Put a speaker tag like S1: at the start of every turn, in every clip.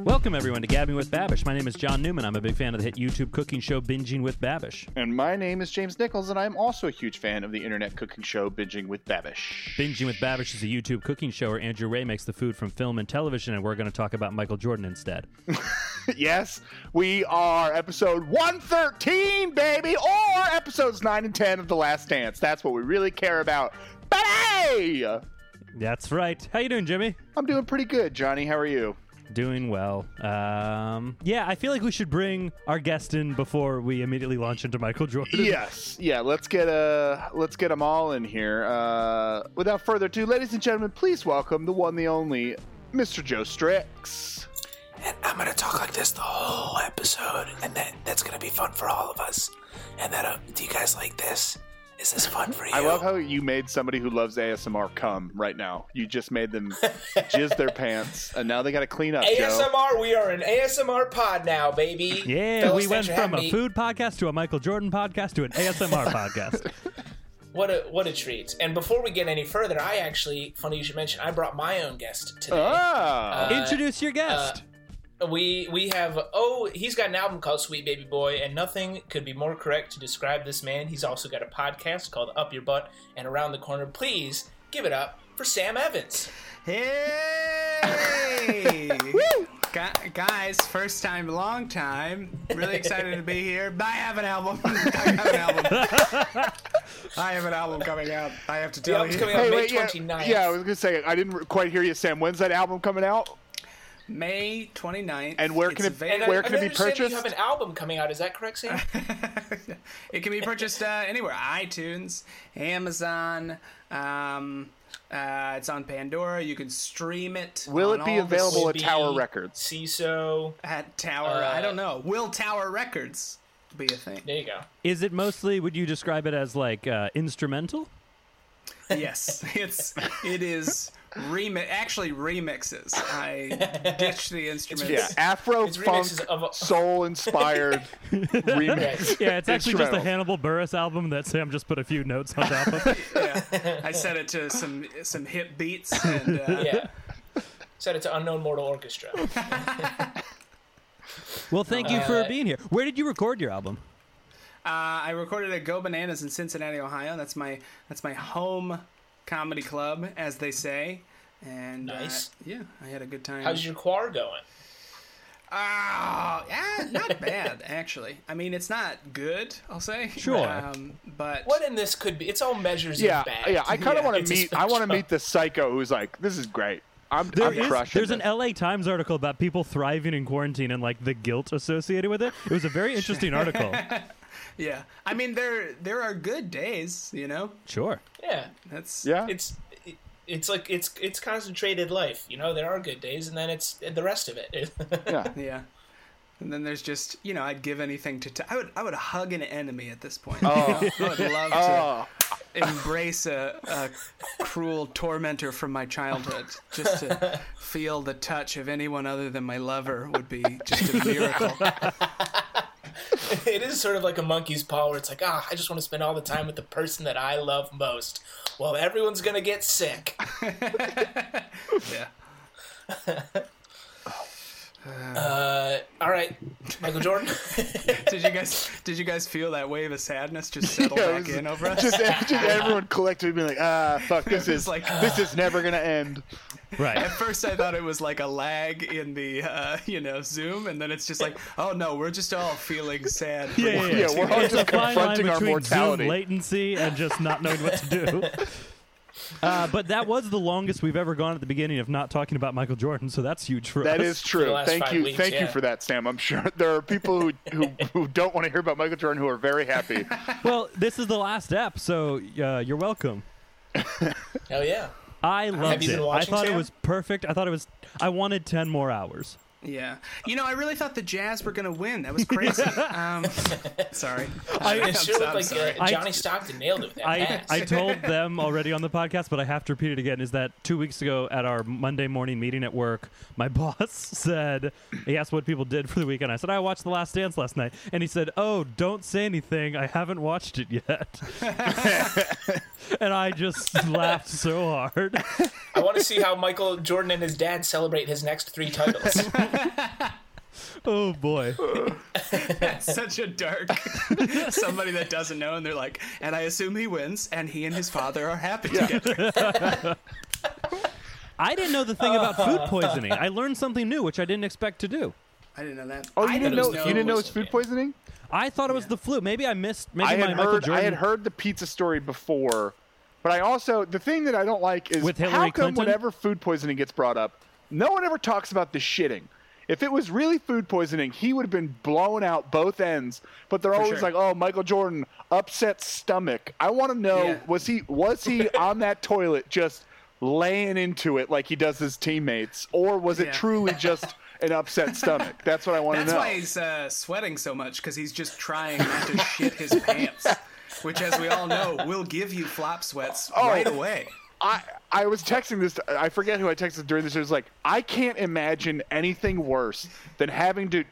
S1: Welcome, everyone, to Gabbing with Babish. My name is John Newman. I'm a big fan of the hit YouTube cooking show Binging with Babish.
S2: And my name is James Nichols, and I'm also a huge fan of the internet cooking show Binging with Babish.
S1: Binging with Babish is a YouTube cooking show where Andrew Ray makes the food from film and television, and we're going to talk about Michael Jordan instead.
S2: yes, we are episode 113, baby, or episodes 9 and 10 of The Last Dance. That's what we really care about. But hey!
S1: That's right. How you doing, Jimmy?
S2: I'm doing pretty good, Johnny. How are you?
S1: Doing well. Um, yeah, I feel like we should bring our guest in before we immediately launch into Michael Jordan.
S2: Yes, yeah. Let's get uh, let's get them all in here. Uh, without further ado, ladies and gentlemen, please welcome the one, the only, Mr. Joe Strix.
S3: And I'm gonna talk like this the whole episode, and that that's gonna be fun for all of us. And that uh, do you guys like this? Is this fun for you?
S2: I love how you made somebody who loves ASMR come right now. You just made them jizz their pants, and now they got to clean up. Joe.
S4: ASMR, we are an ASMR pod now, baby.
S1: Yeah,
S4: Fellas,
S1: we went
S4: thanks for
S1: from
S4: having
S1: a
S4: me.
S1: food podcast to a Michael Jordan podcast to an ASMR podcast.
S4: What a what a treat! And before we get any further, I actually, funny you should mention, I brought my own guest today.
S1: Oh.
S2: Ah,
S4: Uh,
S1: Introduce your guest.
S4: We we have oh, he's got an album called Sweet Baby Boy, and nothing could be more correct to describe this man. He's also got a podcast called Up Your Butt and Around the Corner. Please give it up for Sam Evans.
S5: Hey! Gu- Guys, first time, long time. Really excited to be here. I have an album. I have an album. I have an album coming out. I have to
S4: The
S5: tell
S4: album's
S5: you.
S4: coming out
S2: Hey,
S4: May
S2: wait, yeah,
S4: twenty ninth.
S2: yeah, I was gonna say I didn't quite hear you, Sam. When's that album coming out?
S5: May 29th.
S2: And where can
S5: It's
S2: it-
S5: available-
S2: where can it be
S4: You have
S2: purchased?
S4: an album coming out. Is that correct, Sam?
S5: it can be purchased uh, anywhere iTunes, Amazon. Um, uh, it's on Pandora. You can stream it.
S2: Will
S5: on
S2: it be
S5: all the
S2: available
S5: s-
S2: at Tower Records?
S4: CISO.
S5: at Tower? I don't know. Will Tower Records be a thing?
S4: There you go.
S1: Is it mostly? Would you describe it as like uh, instrumental?
S5: Yes, it's it is remix. Actually, remixes. I ditched the instruments.
S2: Yeah, Afro funk,
S4: remixes of-
S2: soul inspired remix.
S1: Yeah, it's actually just a
S2: Instrumental.
S1: Hannibal Burris album that Sam just put a few notes on top of.
S5: Yeah. I set it to some some hip beats. And, uh,
S4: Yeah. Set it to Unknown Mortal Orchestra.
S1: Well, thank you for
S4: Uh,
S1: being here. Where did you record your album?
S5: uh, I recorded at Go Bananas in Cincinnati, Ohio. That's my that's my home comedy club, as they say. And uh,
S4: Nice.
S5: yeah, I had a good time.
S4: How's your choir going?
S5: Oh, yeah, not bad actually. I mean, it's not good. I'll say.
S1: Sure.
S5: Um, but
S4: What in this could be? It's all measures
S2: Yeah,
S4: of bad.
S2: yeah. I kind of
S5: Yeah,
S2: want
S4: it's
S2: to
S4: a
S2: meet. I want to
S4: spectrum.
S2: meet the psycho who's like, "This is great. I'm,
S1: There
S2: I'm
S1: is-
S2: crushing."
S1: there's an
S2: this."
S1: LA Times article about people thriving in quarantine and like the guilt associated with it. It was a very interesting article.
S5: yeah, I mean, there there are good days. You know,
S1: Sure.
S4: yeah.
S5: that's
S2: yeah.
S4: It's it, it's like it's it's concentrated life. You know, there are good days, and then it's the rest of it.
S2: yeah.
S5: Yeah. And then there's just, you know, I'd give anything to. T- I would, I would hug an enemy at this point.
S2: Oh.
S5: you know? I would love
S2: Oh,
S5: to embrace a, a cruel tormentor from my childhood. Just to feel the touch of anyone other than my lover would be just a miracle.
S4: it is sort of like a monkey's paw, where it's like, ah, I just want to spend all the time with the person that I love most. Well, everyone's gonna get sick.
S5: Yeah.
S4: Uh, all right, Michael Jordan.
S5: Did you guys? Did you guys feel that wave of sadness just settle
S2: Yeah, it
S5: back
S2: was-
S5: in over us?
S2: just, just everyone collectively being like, "Ah, fuck. This is
S5: like-
S2: this
S4: "Ah."
S2: is never gonna end."
S1: Right.
S5: At first, I thought it was like a lag in the, uh, you know, Zoom, and then it's just like, oh no, we're just all feeling sad.
S1: Yeah, yeah, yeah.
S2: Yeah, we're all
S1: It's
S2: just
S1: a fine line
S2: confronting our
S1: between
S2: mortality.
S1: Zoom latency and just not knowing what to do. Uh, but that was the longest we've ever gone at the beginning of not talking about Michael Jordan, so that's huge for us.
S2: That is true.
S4: last
S2: Thank
S4: five
S2: you,
S4: weeks,
S2: thank you
S4: yeah.
S2: for that, Sam. I'm sure there are people who who, who don't want to hear about Michael Jordan who are very happy.
S1: Well, this is the last app, so uh, you're welcome.
S4: Hell yeah.
S1: I loved
S4: you
S1: it.
S4: been
S1: I
S4: watching,
S1: thought it
S4: Sam?
S1: was perfect. I thought it was. I wanted ten more hours.
S5: Yeah. You know, I really thought the Jazz were going to win. That was crazy. um, sorry. Um, I,
S4: It sure looked like uh,
S1: I-
S4: Johnny Stockton nailed it with that
S1: I,
S4: pass.
S1: I told them already on the podcast, but I have to repeat it again. Is that two weeks ago at our Monday morning meeting at work, my boss said he asked what people did for the weekend. I said I watched The Last Dance last night, and he said, "Oh, don't say anything. I haven't watched it yet." and I just laughed so hard.
S4: I want to see how Michael Jordan and his dad celebrate his next three titles.
S1: Oh boy.
S5: Such a dark somebody that doesn't know, and they're like, and I assume he wins, and he and his father are happy together.
S1: I didn't know the thing about food poisoning. I learned something new, which I didn't expect to do.
S5: I didn't know that.
S2: Oh,
S5: I
S2: you didn't
S5: thought it
S2: know
S5: was
S2: you
S5: no-
S2: didn't know it's
S4: whistle,
S2: food
S4: yeah.
S2: poisoning?
S1: I thought it was the flu. Maybe I missed. Maybe
S2: I
S1: my
S2: had
S1: Michael
S2: heard I
S1: Jordan.
S2: had heard the pizza story before, but I also the thing that I don't like is
S1: With Hillary
S2: how come
S1: Clinton?
S2: whenever food poisoning gets brought up, no one ever talks about the shitting. If it was really food poisoning, he would have been blown out both ends. But they're always
S5: sure.
S2: like, "Oh, Michael Jordan upset stomach." I want to know
S5: Yeah.
S2: was he was he on that toilet just laying into it like he does his teammates, or was
S5: Yeah.
S2: it truly just an upset stomach? That's what I want to know.
S5: That's why he's uh, sweating so much because he's just trying not to shit his pants, which, as we all know, will give you flop sweats
S2: Oh.
S5: right away.
S2: I I was texting this. I forget who I texted during this. It was like I can't imagine anything worse than having to,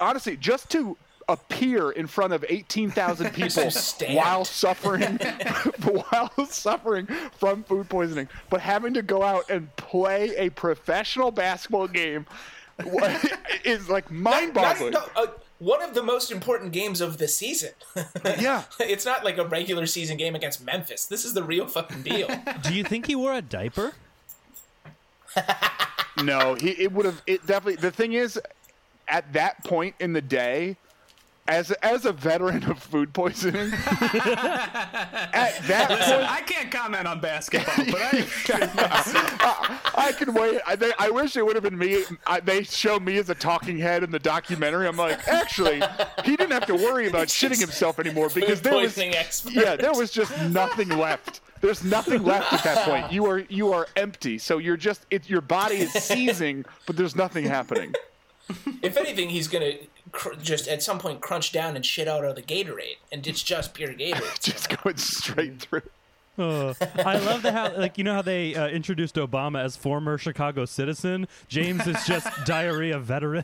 S2: honestly, just to appear in front of eighteen thousand people
S4: stand.
S2: while suffering, while suffering from food poisoning, but having to go out and play a professional basketball game. wa- is like
S4: Not-
S2: mind-boggling.
S4: no, uh, one of the most important games of the season.
S2: Yeah,
S4: it's not like a regular season game against Memphis. This is the real fucking deal.
S1: Do you think he wore a diaper?
S2: No, he it would have it definitely the thing is at that point in the day as as a veteran of food poisoning at that
S5: Listen, I can't comment on basketball, but I,
S2: point I can wait I, they, I wish it would have been me I, they show me as a talking head in the documentary I'm like actually he didn't have to worry about shitting himself anymore because
S4: Food
S2: there was
S4: poisoning expert.
S2: yeah there was just nothing left there's nothing left at that point you are you are empty so you're just it, your body is seizing but there's nothing happening
S4: If anything, he's gonna cr- just at some point crunch down and shit out of the Gatorade, and it's just pure Gatorade.
S2: just going
S5: Mm.
S2: straight through.
S1: Uh, I love the how like you know how they uh, introduced Obama as former Chicago citizen. James is just diarrhea veteran.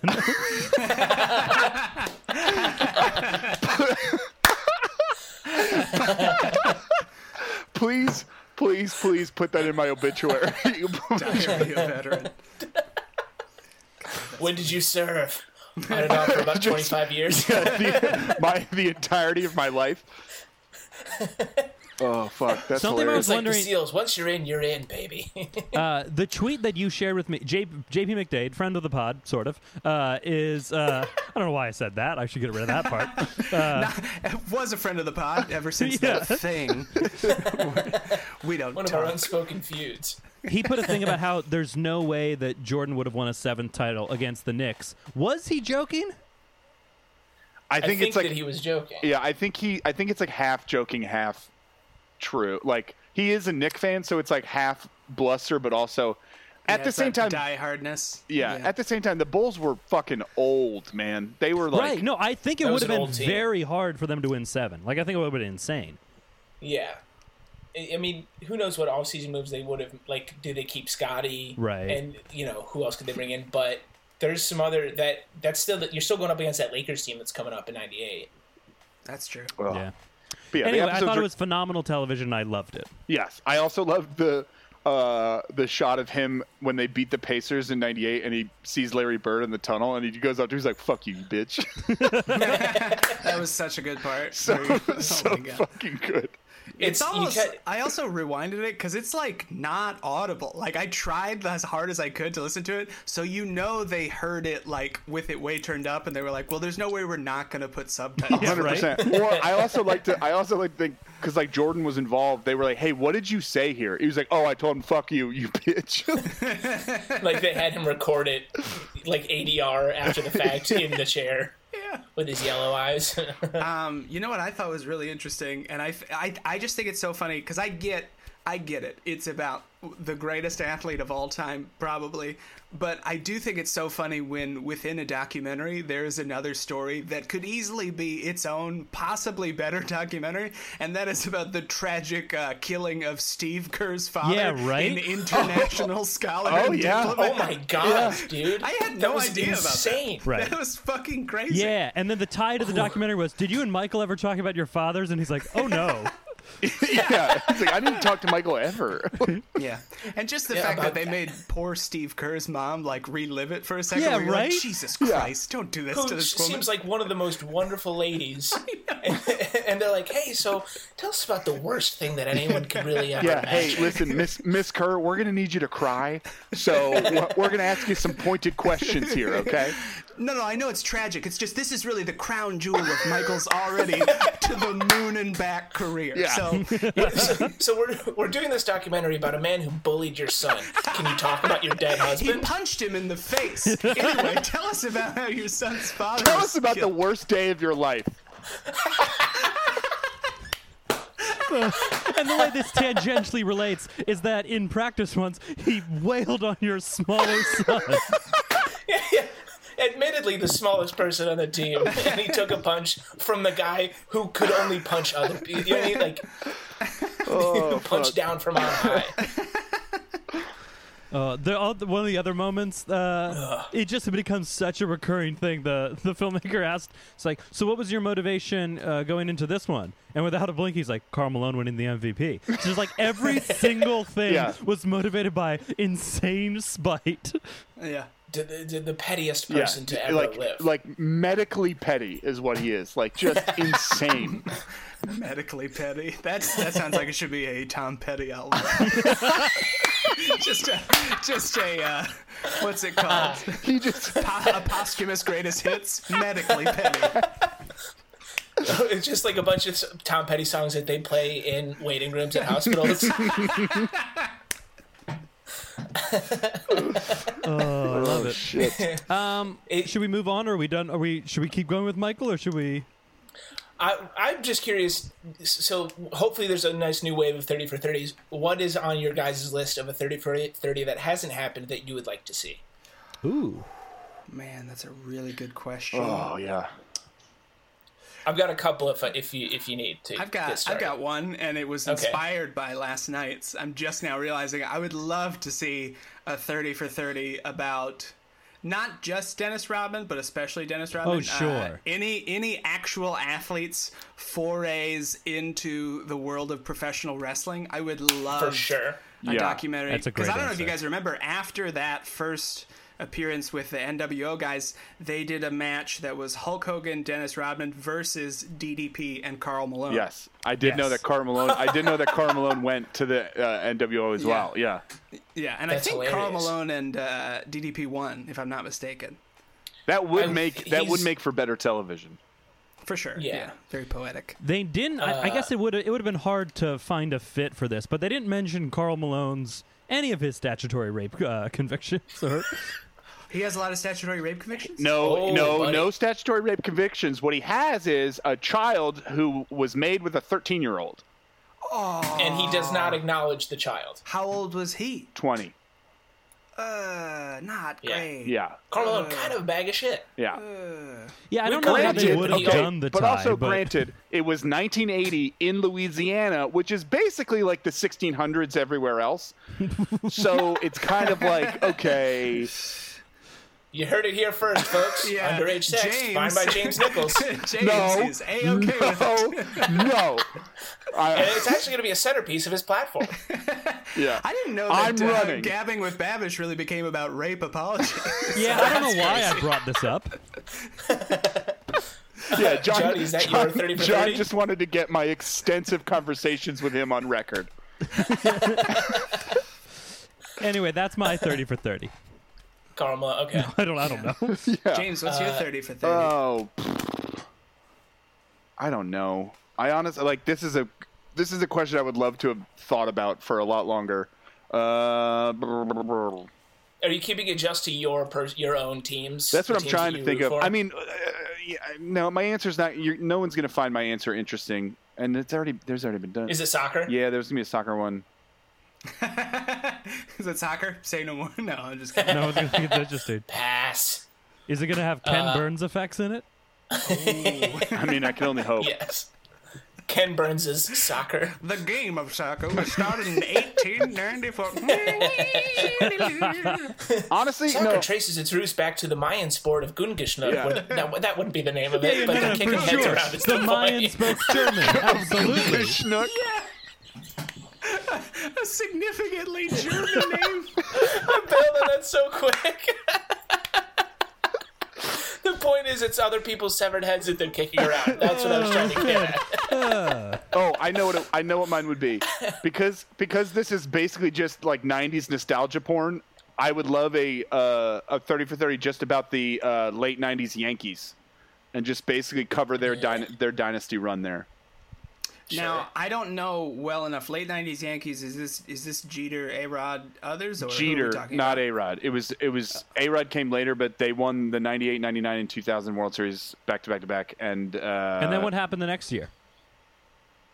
S2: Please, please, please put that in my obituary.
S5: should be a veteran.
S4: when did you serve? I don't know for about twenty five years.
S2: the, my the entirety of my life. Oh fuck, that's
S1: Something
S2: hilarious.
S4: It's like the
S1: wondering-
S4: seals. Once you're in, you're in, baby.
S1: Uh, the tweet that you shared with me, J- JP McDade, friend of the pod, sort of, uh, is uh, I don't know why I said that. I should get rid of that part.
S5: Was a friend of the pod ever since that
S1: Yeah.
S5: thing. we don't
S4: One of our
S5: talk.
S4: unspoken feuds.
S1: he put a thing about how there's no way that Jordan would have won a seventh title against the Knicks. Was he joking?
S2: I
S4: I
S2: think
S4: think
S2: it's like
S4: that he was joking.
S2: yeah, I think he I think it's like half joking, half true. Like he is a Nick fan, so it's like half bluster, but also at
S5: Yeah,
S2: the
S5: it's
S2: same
S5: that
S2: time.
S5: die hardness.
S2: yeah, at the same time, the Bulls were fucking old, man. They were like,
S1: right. No, I think it
S4: That
S1: would
S4: was
S1: have
S4: an
S1: been
S4: old team.
S1: very hard for them to win seven. Like I think it would have been insane.
S4: Yeah. I I mean, who knows what offseason moves they would have like do they keep Scotty?
S1: Right.
S4: And you know, who else could they bring in? But there's some other that that's still that you're still going up against that Lakers team that's coming up in 98.
S5: that's true.
S2: Ugh.
S1: Yeah.
S2: But yeah, the
S1: Anyway, I
S2: episodes
S1: thought it
S2: are-
S1: was phenomenal television. and I loved it.
S2: Yes, I also loved the uh, the shot of him when they beat the Pacers in '98, and he sees Larry Bird in the tunnel, and he goes up to him, he's like, "Fuck you, you bitch!"
S5: That was such a good part.
S2: so
S5: Where- oh
S2: so
S5: my God.
S2: fucking good.
S4: It's,
S5: It's almost.
S4: you can't-
S5: I also rewinded it because it's like not audible. Like I tried as hard as I could to listen to it, so you know they heard it like with it way turned up, and they were like, "Well, there's no way we're not gonna put subtitles."
S1: Yeah,
S2: Hundred
S1: right?
S2: percent. Or I also like to. I also like to think because like Jordan was involved. They were like, "Hey, what did you say here?" He was like, "Oh, I told him, fuck you, you bitch."
S4: like they had him record it like ADR after the fact in the chair
S5: Yeah.
S4: with his yellow eyes.
S5: Um, you know what I thought was really interesting, and I, f- I, I just think it's so funny because I get, I get it. It's about the greatest athlete of all time, probably, but I do think it's so funny when within a documentary there is another story that could easily be its own, possibly better documentary, and that is about the tragic uh, killing of Steve Kerr's father,
S1: Yeah, right?
S5: an international scholar.
S2: Oh,
S5: and
S2: yeah.
S5: diplomat.
S4: oh my god, dude.
S5: I had
S4: That
S5: no
S4: was
S5: idea about that.
S4: insane.
S1: Right.
S5: That was fucking crazy.
S1: Yeah, and then the tie to the documentary was, "Did you and Michael ever talk about your fathers?" And he's like, "Oh no."
S2: yeah, it's like I didn't talk to Michael ever.
S5: Yeah, and just the
S4: Yeah,
S5: fact that
S4: about
S5: they
S4: that.
S5: made poor Steve Kerr's mom like relive it for a second.
S1: Yeah,
S5: where you're like,
S1: right?
S5: Jesus Christ, don't do this to
S4: who
S5: this woman.
S4: seems like one of the most wonderful ladies. and, and they're like, hey, so tell us about the worst thing that anyone could really ever
S2: Yeah.
S4: imagine.
S2: Hey, listen, Miss Miss Kerr, we're gonna need you to cry. So we're- we're gonna ask you some pointed questions here, okay?
S5: no, no, I know it's tragic. It's just this is really the crown jewel of Michael's already to the moon and back career.
S2: Yeah.
S5: So
S4: so, so we're, we're doing this documentary about a man who bullied your son. Can you talk about your dead
S5: he
S4: husband?
S5: punched him in the face. Anyway, tell us about how your son's father.
S2: Tell
S5: was
S2: us about the
S5: killed.
S2: worst day of your life.
S1: And the way this tangentially relates is that in practice once he wailed on your smaller son.
S4: Admittedly, the smallest person on the team, and he took a punch from the guy who could only punch other people. You know what I mean? Like,
S2: Oh,
S4: punch
S2: fuck.
S4: down from on high.
S1: Uh, the, all, one of the other moments, uh, it just becomes such a recurring thing. The the filmmaker asked, "It's like, so what was your motivation uh, going into this one?" And without a blink, he's like, "Carl Malone winning the MVP." So it's like every single thing
S2: Yeah.
S1: was motivated by insane spite.
S5: Yeah.
S4: To the, to the pettiest
S2: Yeah,
S4: person to ever
S2: like
S4: live.
S2: like medically petty is what he is. Like just insane.
S5: Medically petty. That's that sounds like it should be a Tom Petty album. just a, just a uh, what's it called?
S2: He just
S5: Po- a posthumous greatest hits. Medically petty.
S4: it's just like a bunch of s- Tom Petty songs that they play in waiting rooms at hospitals.
S1: Oh, I love it.
S2: shit.
S1: Um, should we move on, or are we done? Are we? Should we keep going with Michael, or should we?
S4: I, I'm just curious. So hopefully, there's a nice new wave of 30 for 30s. What is on your guys' list of a 30 for 30 that hasn't happened that you would like to see?
S1: Ooh,
S5: Man, that's a really good question.
S2: Oh yeah.
S4: I've got a couple if uh, if you if you need to.
S5: I've
S4: get
S5: got I've
S4: started.
S5: got one, and it was
S4: Okay.
S5: inspired by last night's. I'm just now realizing I would love to see a 30 for 30 about not just Dennis Rodman, but especially Dennis Rodman.
S1: Oh,
S5: Uh,
S1: sure.
S5: any any actual athletes forays into the world of professional wrestling. I would love
S4: for sure.
S5: a
S2: Yeah,
S5: documentary.
S1: that's a
S5: Because I
S1: great
S5: don't know if you
S1: answer.
S5: guys remember after that first appearance with the NWO guys, they did a match that was Hulk Hogan, Dennis Rodman versus DDP and Carl Malone.
S2: Yes, I did know
S5: Yes.
S2: that Carl Malone. I did know that Carl Malone went to the uh, NWO as well. Yeah,
S5: Yeah, and
S4: That's
S5: I think Carl
S4: hilarious.
S5: Malone and uh, DDP won, if I'm not mistaken.
S2: that would
S4: I-
S2: make that would
S4: he's-
S2: make for better television.
S5: For sure.
S4: Yeah.
S5: Very poetic.
S1: they didn't. I, I guess it would. It would have been hard to find a fit for this, but they didn't mention Carl Malone's any of his statutory rape uh, convictions. Or,
S5: He has a lot of statutory rape convictions?
S2: No,
S4: Oh,
S2: no,
S4: buddy.
S2: no statutory rape convictions. What he has is a child who was made with a 13 year old.
S4: And he does not acknowledge the child.
S5: How old was he?
S2: 20.
S5: Uh, not
S4: Yeah.
S5: great.
S2: Yeah,
S4: Carmelo, kind of a bag of shit.
S2: yeah.
S1: yeah, I don't know how they
S4: granted-
S1: would have
S4: okay,
S1: done the
S2: but
S1: tie,
S2: also
S1: but
S2: granted, it was 1980 in Louisiana, which is basically like the 1600s everywhere else. so it's kind of like okay,
S4: You heard it here first, folks.
S5: Yeah.
S4: Underage sex,
S5: James.
S4: fine by James Nichols. and
S5: James
S2: No.
S5: is A-OK with it.
S2: no, no. I,
S4: it's actually going to be a centerpiece of his platform.
S2: yeah.
S5: I didn't know
S2: I'm
S5: that uh,
S2: running.
S5: gabbing with Babish really became about rape apologies.
S1: yeah, I don't know why I brought this up.
S2: Yeah, John,
S4: Johnny, is that
S2: John,
S4: your 30 for
S2: John
S4: 30?
S2: just wanted to get my extensive conversations with him on record.
S1: Anyway, that's my thirty for thirty.
S4: Carmelo, okay.
S1: I don't. I don't know.
S5: James, what's
S4: Uh,
S5: your 30 for 30?
S2: Oh, I don't know. I honestly like this is a this is a question I would love to have thought about for a lot longer. Uh,
S4: Are you keeping it just to your per- your own teams?
S2: that's
S4: the
S2: what I'm
S4: teams
S2: trying to
S4: that you
S2: think
S4: root
S2: of.
S4: for?
S2: I mean, uh, yeah, no, my answer's not. You're, no one's gonna find my answer interesting, and it's already there's already been done.
S4: is it soccer?
S2: yeah, there's gonna be a soccer one.
S5: Is it soccer? Say no more. No, I'm just kidding.
S1: No, I was gonna think it's just a-
S4: Pass.
S1: Is it gonna have Ken Burns effects in it?
S2: I mean, I can only hope.
S4: Yes. Ken Burns' soccer.
S5: The game of soccer was started in 1894.
S2: Honestly,
S4: Soccer
S2: no.
S4: traces its roots back to the Mayan sport of Gungishnut.
S2: Yeah.
S4: where- Now, that wouldn't be the name of it, but they're kicking
S1: for
S4: heads
S1: sure.
S4: around. It's
S1: The
S4: funny.
S1: Mayan spoke German. Absolutely.
S2: Schnook.
S5: A significantly German name.
S4: building that so quick. the point is, it's other people's severed heads that they're kicking around. That's what I was trying to get at.
S2: Oh, I know what it, I know what mine would be, because because this is basically just like '90s nostalgia porn. I would love a uh, a 30 for 30 just about the uh, late '90s Yankees, and just basically cover their dyna- their dynasty run there.
S5: Now I don't know well enough. Late '90s Yankees is this is this Jeter, A Rod, others or who are we
S2: Jeter,
S5: talking
S2: not
S5: about?
S2: A Rod. It was it was A Rod came later, but they won the '98, '99, and 2000 World Series back to back to back. And uh,
S1: And then what happened the next year?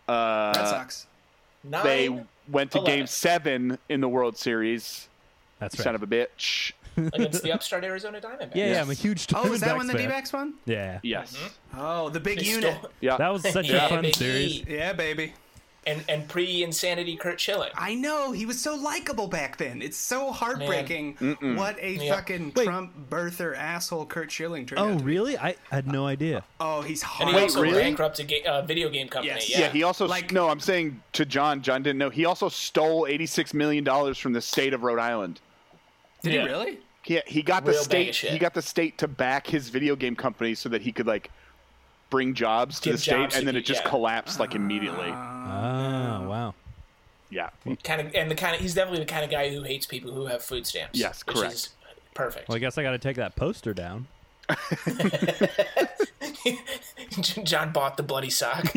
S5: Red
S2: uh,
S5: Sox.
S4: Nine.
S2: they went to
S4: 11.
S2: Game Seven in the World Series.
S1: That's
S2: Son
S1: right.
S2: of a bitch.
S4: against the upstart Arizona Diamondbacks.
S1: yeah, yeah, I'm a huge.
S5: Oh, is that when the
S1: fan.
S5: D-backs won?
S1: Yeah.
S2: Yes.
S5: Oh, the big
S4: They
S5: unit.
S4: stole-
S2: Yeah.
S1: That was such
S4: Yeah,
S1: a fun
S4: baby.
S1: series.
S5: Yeah, baby.
S4: And and pre-insanity Kurt Schilling.
S5: I know he was so likable back then. It's so heartbreaking. What a
S4: Yeah.
S5: fucking
S1: Wait.
S5: Trump birther asshole Kurt Schilling turned
S1: Oh,
S5: out. to be.
S1: really? I had no idea.
S5: Oh, he's
S4: And
S5: hard.
S4: he also
S2: really?
S4: bankrupted a ga- uh, video game company.
S5: Yes.
S4: Yeah.
S2: Yeah, he also
S5: Like-
S2: no. I'm saying to John. John didn't know. He also stole 86 million dollars from the state of Rhode Island.
S5: Did
S4: Yeah.
S5: he really?
S2: He he got the
S4: Real bag
S2: state.
S4: of shit.
S2: He got the state to back his video game company so that he could like bring jobs to
S4: Give
S2: the state,
S4: jobs to
S2: and then it
S4: people,
S2: just
S4: yeah.
S2: collapsed like immediately.
S1: Ah, wow.
S2: Yeah.
S4: Kind of, and the kind of he's definitely the kind of guy who hates people who have food stamps.
S2: Yes,
S4: which
S2: correct.
S4: is perfect.
S1: Well, I guess I got to take that poster down.
S4: John bought the bloody sock.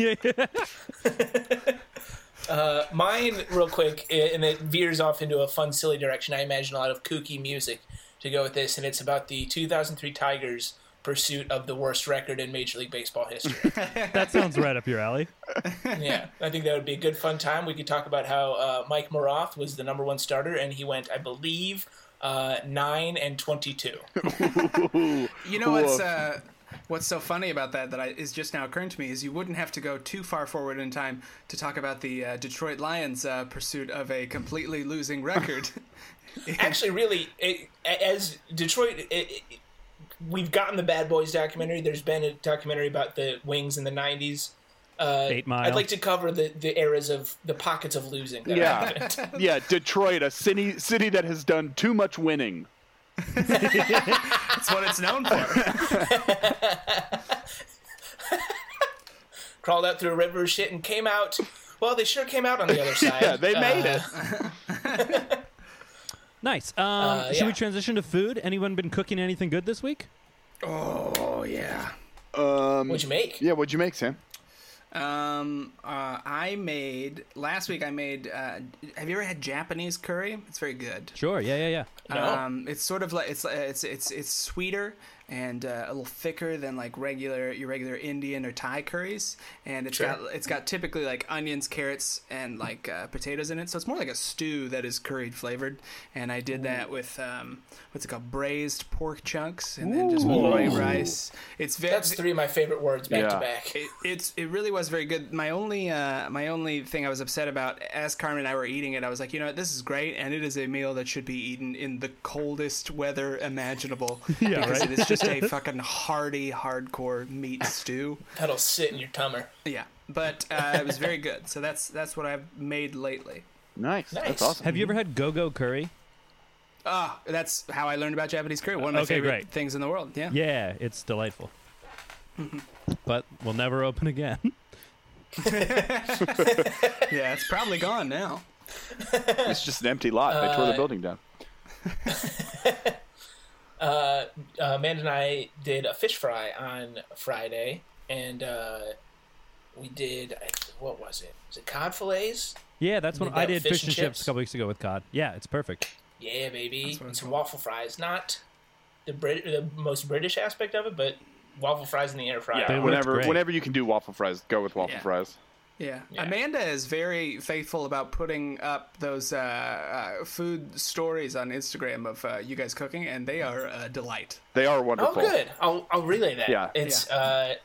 S4: uh, mine, real quick, i- and it veers off into a fun, silly direction. I imagine a lot of kooky music to go with this, and it's about the 2003 Tigers' pursuit of the worst record in Major League Baseball history.
S1: That sounds right up your alley.
S4: yeah, I think that would be a good, fun time. We could talk about how uh, Mike Moroth was the number one starter, and he went, I believe, uh, nine and 22.
S5: You know what's
S2: Woof.
S5: uh, what's so funny about that that I, is just now occurring to me is you wouldn't have to go too far forward in time to talk about the uh, Detroit Lions' uh, pursuit of a completely losing record.
S4: actually really it, as detroit it, it, we've gotten the bad boys documentary there's been a documentary about the wings in the 90s uh,
S1: Eight Mile.
S4: i'd like to cover the, the eras of the pockets of losing that
S2: Yeah.
S4: happened.
S2: Yeah. Detroit, a city city that has done too much winning.
S5: That's what it's known for.
S4: crawled out through a river of shit and came out well they sure came out on the other side
S2: Yeah, they made
S4: Uh,
S2: it.
S1: Nice. Um,
S4: Uh,
S1: Should we
S4: yeah.
S1: transition to food? Anyone been cooking anything good this week?
S5: Oh yeah.
S4: what'd you make
S2: Yeah. What'd you make, Sam?
S5: Um, uh, I made last week. I made. Uh, have you ever had Japanese curry? It's very good.
S1: Sure. Yeah, yeah, yeah.
S4: No?
S5: Um, it's sort of like it's it's it's it's sweeter and uh, a little thicker than like regular your regular Indian or Thai curries, and it's got it's got typically like onions, carrots, and like uh, potatoes in it. So it's more like a stew that is curried flavored. And I did that with um, what's it called, braised pork chunks, and then just white rice. It's very
S4: that's three of my favorite words back to
S2: Yeah.
S4: back
S5: it, it's it really was very good. My only uh, my only thing I was upset about as Carmen and I were eating it, I was like, you know what, this is great, and it is a meal that should be eaten in the coldest weather imaginable because
S1: right.
S5: it is just a fucking hearty, hardcore meat stew.
S4: that'll sit in your tummer
S5: Yeah, but uh, it was very good. So that's that's what I've made lately.
S2: Nice.
S4: Nice.
S2: That's awesome.
S1: Have you ever had go-go curry?
S5: Ah, that's how I learned about Japanese curry. One of my
S1: Okay,
S5: favorite
S1: great.
S5: things in the world. Yeah.
S1: Yeah, it's delightful. but we'll never open again.
S5: yeah, it's probably gone now.
S2: It's just an empty lot. They tore the building down.
S4: uh, Amanda and I did a fish fry on Friday, and uh, we did I- what was it? Was it cod fillets?
S1: Yeah, that's when
S4: Did
S1: I
S4: that
S1: did
S4: fish
S1: fish
S4: and
S1: and chips
S4: chips?
S1: a couple weeks ago with cod. Yeah, it's perfect.
S4: Yeah, baby. And some waffle fries. Not the Brit- the most British aspect of it, but waffle fries in the air fryer.
S1: They were-
S2: Whenever
S1: great.
S2: whenever you can do waffle fries, go with waffle
S5: Yeah.
S2: fries.
S5: Yeah.
S4: Yeah.
S5: Amanda is very faithful about putting up those uh, uh, food stories on Instagram of uh, you guys cooking, and they are a delight.
S2: They are
S4: oh,
S2: wonderful.
S4: good. I'll I'll relay that.
S2: Yeah.
S4: It's uh,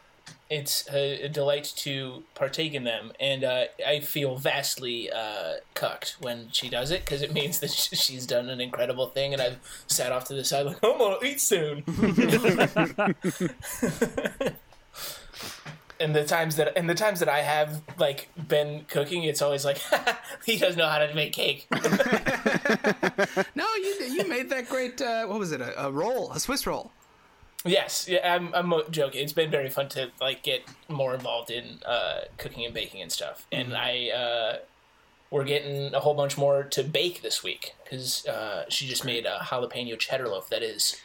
S4: it's a, a delight to partake in them, and uh, I feel vastly uh, cucked when she does it because it means that sh- she's done an incredible thing, and I've sat off to the side like, "I'm gonna eat soon." and the times that and the times that I have like been cooking, it's always like he doesn't know how to make cake.
S5: No, you you made that great. Uh, what was it? A, a roll, a Swiss roll.
S4: yes, yeah, I'm, I'm joking. It's been very fun to like get more involved in uh, cooking and baking and stuff. And
S1: Mm-hmm.
S4: I uh, we're getting a whole bunch more to bake this week because uh, she just made a jalapeno cheddar loaf that is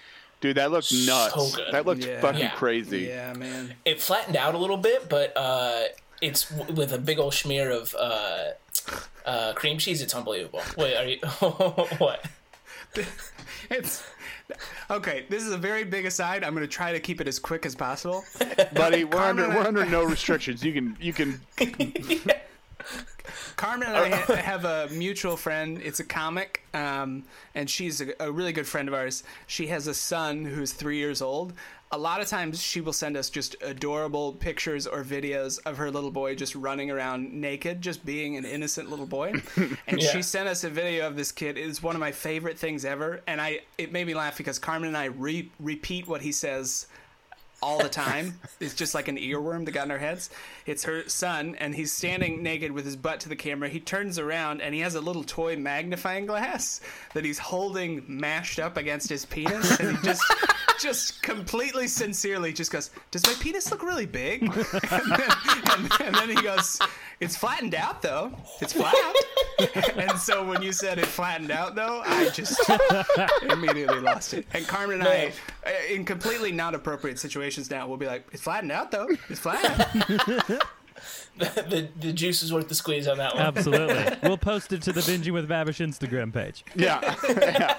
S2: Dude, that looked nuts.
S4: good.
S2: That looked
S5: Yeah.
S2: fucking
S4: Yeah.
S2: crazy.
S5: Yeah, man.
S4: it flattened out a little bit, but uh, it's w- with a big old smear of uh, uh, cream cheese. It's unbelievable. Wait, are you what?
S5: It's okay. This is a very big aside. I'm gonna try to keep it as quick as possible.
S2: Buddy, we're under
S5: Carmen-
S2: we're under no restrictions. You can you can
S5: Carmen and I ha- have a mutual friend. It's a comic, um, and she's a, a really good friend of ours. She has a son who's three years old. A lot of times, she will send us just adorable pictures or videos of her little boy just running around naked, just being an innocent little boy. And
S4: Yeah.
S5: she sent us a video of this kid. It's one of my favorite things ever, and I it made me laugh because Carmen and I re- repeat what he says all the time. it's just like an earworm that got in our heads. It's her son, and he's standing naked with his butt to the camera. He turns around, and he has a little toy magnifying glass that he's holding mashed up against his penis, and he just. Just completely sincerely, just goes. Does my penis look really big? And then, and, and then he goes, "It's flattened out, though. It's flat." and so when you said it flattened out, though, I just immediately lost it. And Carmen and I, uh, in completely not appropriate situations now, we'll be like, "It's flattened out, though. It's flat."
S4: the the juice is worth the squeeze on that one.
S1: Um, Absolutely. we'll post it to the Binging with Babish Instagram page.
S2: yeah. Yeah.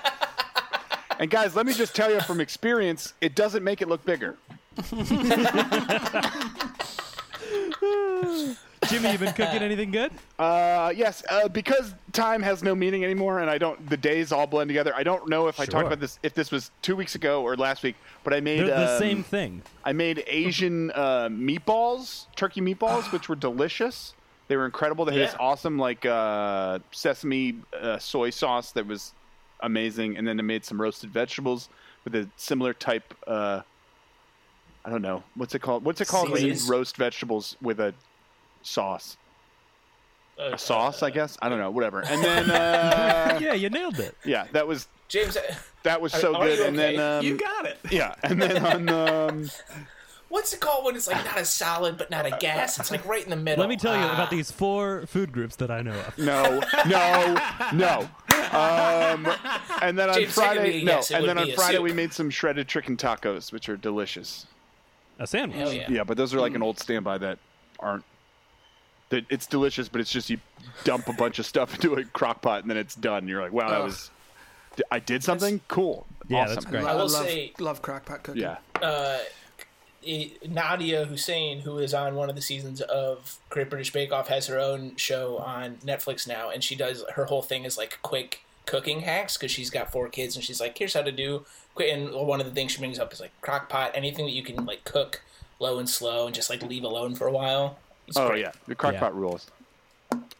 S2: And guys, let me just tell you from experience, it doesn't make it look bigger.
S1: Jimmy, you been cooking anything good?
S2: Uh, yes, uh, because time has no meaning anymore, and I don't. The days all blend together. I don't know if I
S1: Sure.
S2: talked about this if this was two weeks ago or last week, but I made
S1: They're the
S2: um,
S1: same thing.
S2: I made Asian uh, meatballs, turkey meatballs, which were delicious. They were incredible. They had this
S4: Yeah.
S2: awesome like uh, sesame uh, soy sauce that was amazing, and then I made some roasted vegetables with a similar type. Uh, I don't know what's it called. What's it called when you
S4: Seasonings?
S2: roast vegetables with a sauce?
S4: Uh,
S2: A sauce, I guess. I don't know. Whatever. And then uh,
S1: Yeah, you nailed it.
S2: yeah, that was
S4: James, uh,
S2: that was so
S4: are
S2: good.
S4: you
S2: And then
S4: okay?
S2: um,
S5: you got it.
S2: yeah, and then on um,
S4: what's it called when it's like not a solid but not a gas? It's like right in the middle.
S1: Let me tell you
S4: Ah.
S1: about these four food groups that I know of.
S2: No, no, no. Um, and then on
S4: James,
S2: Friday,
S4: technically,
S2: no.
S4: yes, it
S2: and
S4: would
S2: then on
S4: be a
S2: Friday,
S4: soup.
S2: we made some shredded chicken tacos, which are delicious.
S1: A sandwich.
S4: Hell yeah.
S2: Yeah, but those are like an old standby that aren't. That it's delicious, but it's just you dump a bunch of stuff into a crock pot and then it's done. You're like, wow, that
S5: Ugh.
S2: was. I did something cool.
S1: Yeah,
S2: awesome.
S1: that's great.
S4: I will
S5: love,
S4: say-
S5: love crockpot cooking.
S2: Yeah,
S4: uh, i- E, Nadia Hussein, who is on one of the seasons of Great British Bake Off, has her own show on Netflix now, and she does her whole thing is like quick cooking hacks because she's got four kids, and she's like, here's how to do. Quick. And one of the things she brings up is like crock pot, anything that you can like cook low and slow, and just like leave alone for a while. It's
S2: Oh
S4: great.
S2: yeah, the crock
S1: Yeah.
S2: pot rules.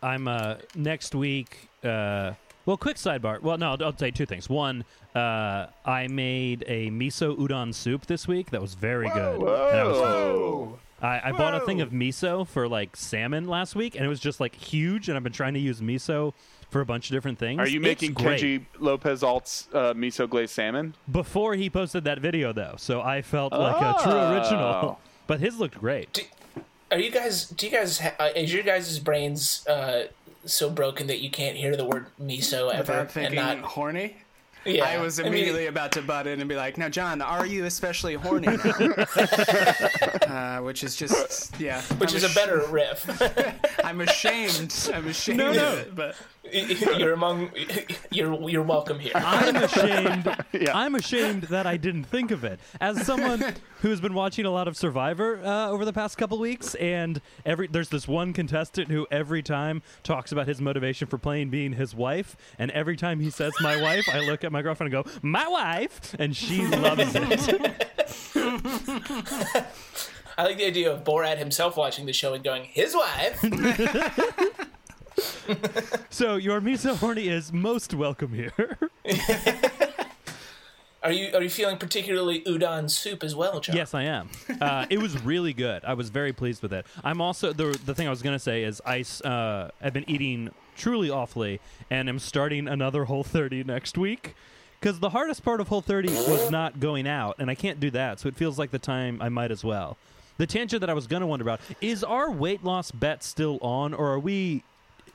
S1: I'm uh next week. Uh, well, quick sidebar. Well, no, I'll, I'll say two things. One, uh, I made a miso udon soup this week that was very good. And I was-
S5: Oh.
S4: Oh.
S2: Whoa.
S1: I, I bought a thing
S5: Whoa.
S1: of miso for like salmon last week, and it was just like huge. And I've been trying to use miso for a bunch of different things.
S2: Are you
S1: It's
S2: making
S1: great.
S2: Kenji Lopez Alt's uh, miso glazed salmon?
S1: before he posted that video though? So I felt like a true
S2: Oh.
S1: original. But his looked great.
S4: Are you guys? Do you guys? Ha- uh, is your guys' brains uh, so broken that you can't hear the word miso ever?
S5: Without thinking
S4: and not,
S5: horny,
S4: yeah.
S5: I was
S4: mean,
S5: immediately about to butt in and be like, "Now, John, are you especially horny?" Now? uh, which is just yeah,
S4: which
S5: I'm
S4: is a
S5: ash-
S4: better riff.
S5: I'm ashamed. I'm ashamed.
S4: No,
S5: of
S4: no.
S5: it, but
S4: you're among you're you're welcome here
S1: I'm ashamed.
S2: Yeah.
S1: I'm ashamed that I didn't think of it. As someone who has been watching a lot of Survivor uh, over the past couple weeks, and every there's this one contestant who every time talks about his motivation for playing being his wife, and every time he says "my wife," I look at my girlfriend and go "my wife," and she loves it.
S4: I like the idea of Borat himself watching the show and going, his wife.
S1: So your miso horny is most welcome here.
S4: Are you are you feeling particularly udon soup as well, John?
S1: Yes, I am. Uh, it was really good. I was very pleased with it. I'm also the the thing I was gonna say is I s- uh, have been eating truly awfully, and am starting another Whole 30 next week. Because the hardest part of Whole 30 was not going out, and I can't do that, so it feels like the time I might as well. The tangent that I was gonna wonder about is our weight loss bet still on, or are we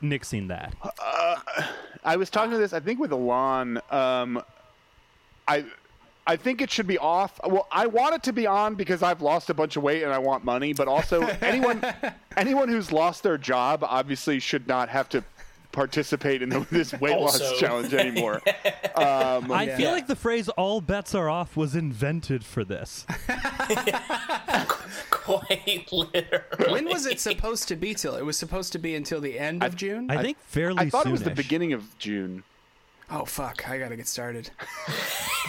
S1: nixing that?
S2: Oh, I was talking to this, I think, with Alon. Um, I, I think it should be off. Well, I want it to be on because I've lost a bunch of weight and I want money. But also, anyone, anyone who's lost their job obviously should not have to participate in the, this weight
S4: Also.
S2: loss challenge anymore. Um,
S1: I feel
S5: Yeah.
S1: like the phrase "all bets are off" was invented for this.
S4: Quite literally.
S5: When was it supposed to be till? It was supposed to be until the end of June.
S1: I think fairly.
S2: I thought it was the
S1: soonish.
S2: beginning of June.
S5: oh fuck! I gotta get started.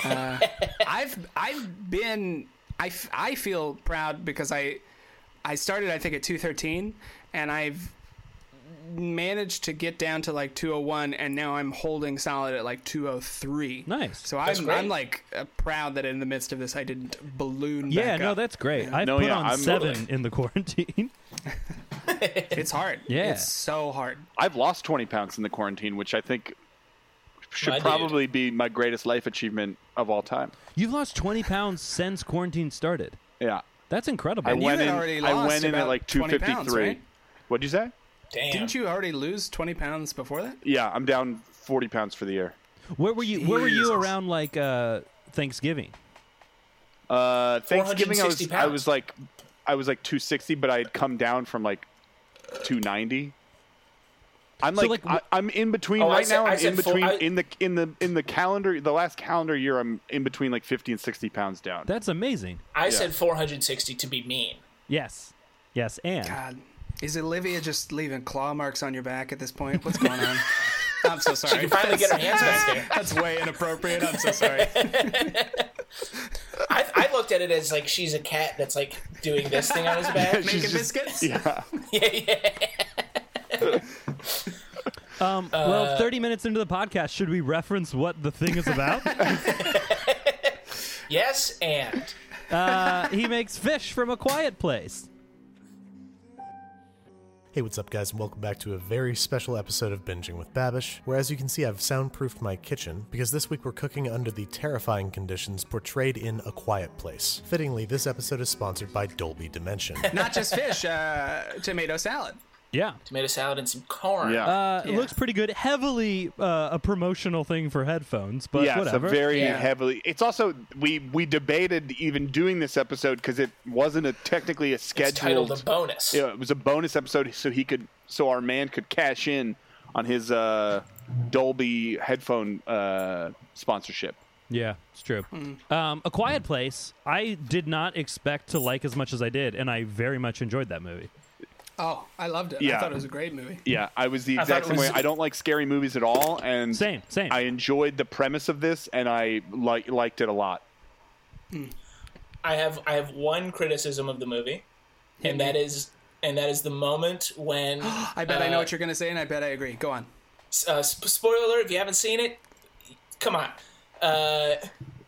S5: uh, I've I've been I, f- I feel proud because I I started I think at two thirteen and I've managed to get down to like 201 and now I'm holding solid at like 203.
S1: Nice.
S5: So
S4: That's
S5: I'm,
S4: great.
S5: I'm like uh, proud that in the midst of this I didn't balloon
S1: Yeah,
S5: back
S1: no,
S5: up.
S1: that's great. I've
S2: No,
S1: put
S2: yeah,
S1: on
S2: I'm-
S1: seven in the quarantine.
S5: It's hard.
S1: Yeah.
S5: It's so hard.
S2: I've lost 20 pounds in the quarantine, which I think should
S4: My dude.
S2: probably be my greatest life achievement of all time.
S1: You've lost 20 pounds since quarantine started.
S2: Yeah.
S1: That's incredible.
S2: I
S5: you
S2: went
S5: had
S2: in.
S5: already
S2: I
S5: lost
S2: went in at
S5: about
S2: like
S5: 20
S2: 253.
S5: pounds, right?
S2: What'd you say?
S4: Damn.
S5: Didn't you already lose 20 pounds before that?
S2: Yeah, I'm down 40 pounds for the year.
S1: where were you? Where were you
S5: Jesus.
S1: around like uh, Thanksgiving?
S2: Uh, Thanksgiving, I was,
S4: 460
S2: I was like, I was like 260, but I had come down from like 290. I'm
S1: So,
S2: like,
S1: like,
S2: I, I'm in between
S4: Oh, I
S2: right
S4: said-
S2: now.
S4: I
S2: I'm in
S4: said full-
S2: between
S4: I-
S2: in the in the in the calendar, the last calendar year. I'm in between like 50 and 60 pounds down.
S1: That's amazing.
S4: I said 460 to be mean.
S1: Yes, yes, and
S5: God. Uh, Is Olivia just leaving claw marks on your back at this point? What's going on? I'm so sorry.
S4: You finally get our hands back there.
S5: That's way inappropriate. I'm so sorry.
S4: I, I looked at it as like she's a cat that's like doing this thing on his back.
S5: Making
S2: She's just-
S5: biscuits?
S1: um,
S2: Uh,
S1: well, 30 minutes into the podcast, should we reference what the thing is about?
S4: Yes, and
S1: uh, he makes fish from a quiet place.
S6: Hey, what's up, guys, and welcome back to a very special episode of Binging with Babish, where, as you can see, I've soundproofed my kitchen because this week we're cooking under the terrifying conditions portrayed in A Quiet Place. Fittingly, this episode is sponsored by Dolby Dimension.
S5: Not just fish, uh, tomato salad.
S1: Yeah.
S4: tomato salad and some corn.
S2: yeah,
S1: Uh, It looks pretty good. Heavily uh, a promotional thing for headphones, but
S2: yeah. It's a
S1: whatever.
S2: very
S4: Yeah.
S2: heavily. It's also we we debated even doing this episode because it wasn't a technically a
S4: It's titled
S2: scheduled.
S4: a bonus.
S2: Yeah, it was a bonus episode, so he could, so our man could cash in on his uh, Dolby headphone uh, sponsorship.
S1: Yeah, it's true. Um, a Quiet Place, I did not expect to like as much as I did, and I very much enjoyed that movie.
S5: Oh, I loved it.
S2: Yeah.
S5: I thought it was a great movie.
S2: Yeah, I was the
S4: I
S2: exact
S4: thought
S2: same
S4: it
S2: way.
S4: was-
S2: I don't like scary movies at all, and
S1: Same, same.
S2: I enjoyed the premise of this, and I like liked it a lot.
S4: I have I have one criticism of the movie,
S5: Mm-hmm.
S4: and that is and that is the moment when
S5: I bet I know what you're going to say, and I bet I agree. Go on.
S4: uh, sp- spoiler alert if you haven't seen it come on uh,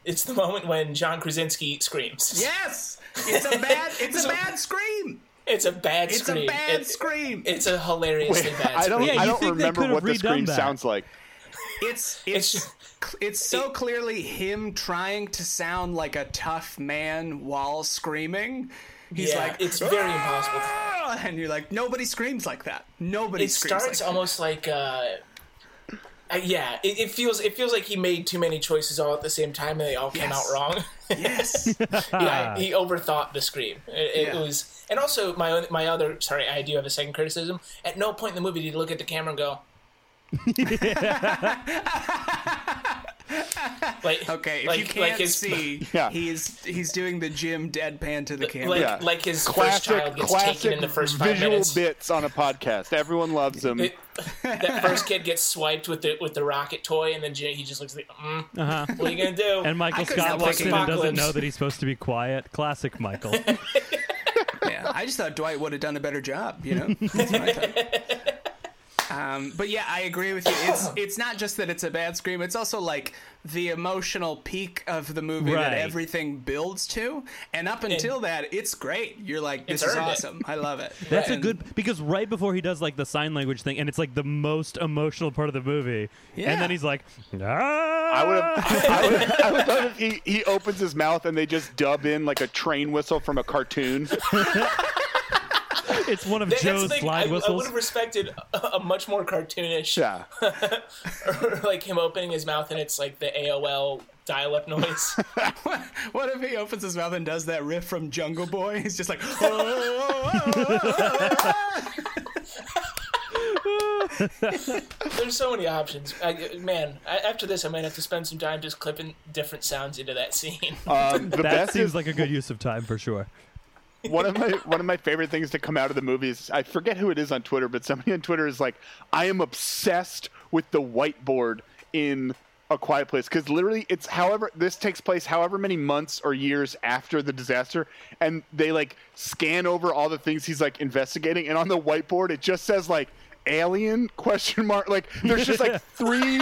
S4: it's the moment when john krasinski screams
S5: Yes! It's a bad, it's a bad scream!
S4: it's a bad
S5: It's
S4: scream
S5: a bad
S4: It-
S5: scream!
S4: it's a hilariously bad
S2: I don't,
S4: scream
S1: Yeah,
S2: I
S1: you
S2: don't
S1: think they
S2: remember
S1: could've
S2: what the scream
S1: redone that.
S2: sounds like.
S5: It's it's
S4: It's-
S5: cl- it's so clearly him trying to sound like a tough man while screaming. He's
S4: Yeah,
S5: like,
S4: it's very impossible.
S5: "Ah!" and you're like, nobody screams like that. Nobody.
S4: it
S5: screams
S4: starts
S5: like
S4: almost like uh, uh, yeah it, it feels it feels like he made too many choices all at the same time and they all came
S5: Yes.
S4: out wrong
S5: That. Yes.
S1: Ah.
S4: yeah, he overthought the scream. It, it
S5: Yeah.
S4: was, and also my own- my other sorry, I do have a second criticism. At no point in the movie did he look at the camera and go, like
S5: Okay. If
S4: like,
S5: you can't
S4: like his,
S5: see,
S2: Yeah.
S5: he's he's doing the Jim deadpan to the camera.
S4: like,
S2: Yeah.
S4: like his first
S2: Classic,
S4: child gets taken
S2: classic
S4: in the first five
S2: visual
S4: minutes.
S2: bits on a podcast. Everyone loves them.
S4: It- that first kid gets swiped with the with the rocket toy, and then Jim- he just looks like, mm,
S1: Uh-huh.
S4: "What are you gonna do?"
S1: And Michael
S5: couldn't
S1: Scott
S5: help
S1: walks in
S5: thinking
S1: and doesn't
S4: apocalypse.
S1: know that he's supposed to be quiet. Classic Michael.
S5: I just thought Dwight would have done a better job, you know. That's what I thought. um, but yeah, I agree with you. It's it's not just that it's a bad scream; it's also like the emotional peak of the movie that
S1: Right.
S5: everything builds to, and up until that, it's great. You're like, this
S4: It's
S5: is
S4: earned it.
S5: awesome. I love it.
S1: That's a
S5: And-
S1: good because right before he does like the sign language thing, and it's like the most emotional part of the movie.
S5: Yeah.
S1: And then he's like, ah!
S2: I would have. I would have. I would love if he, he opens his mouth and they just dub in like a train whistle from a cartoon.
S1: It's one of
S4: That- that's the
S1: Joe's
S4: thing,
S1: slide
S4: I, I
S1: whistles.
S4: would have respected a, a much more cartoonish,
S2: Yeah.
S4: or like him opening his mouth and it's like the AOL dial-up noise.
S5: What, what if he opens his mouth and does that riff from Jungle Boy? He's just like, "Oh."
S4: There's so many options. I, man, I, after this, I might have to spend some time just clipping different sounds into that scene.
S2: Um, the
S1: that
S2: best
S1: seems
S2: is
S1: like a good use of time for sure.
S2: one of my one of my favorite things to come out of the movies. I forget who it is on Twitter, but somebody on Twitter is like, "I am obsessed with the whiteboard in a quiet place because literally it's however this takes place however many months or years after the disaster and they like scan over all the things he's like investigating and on the whiteboard it just says like alien question mark like there's just like three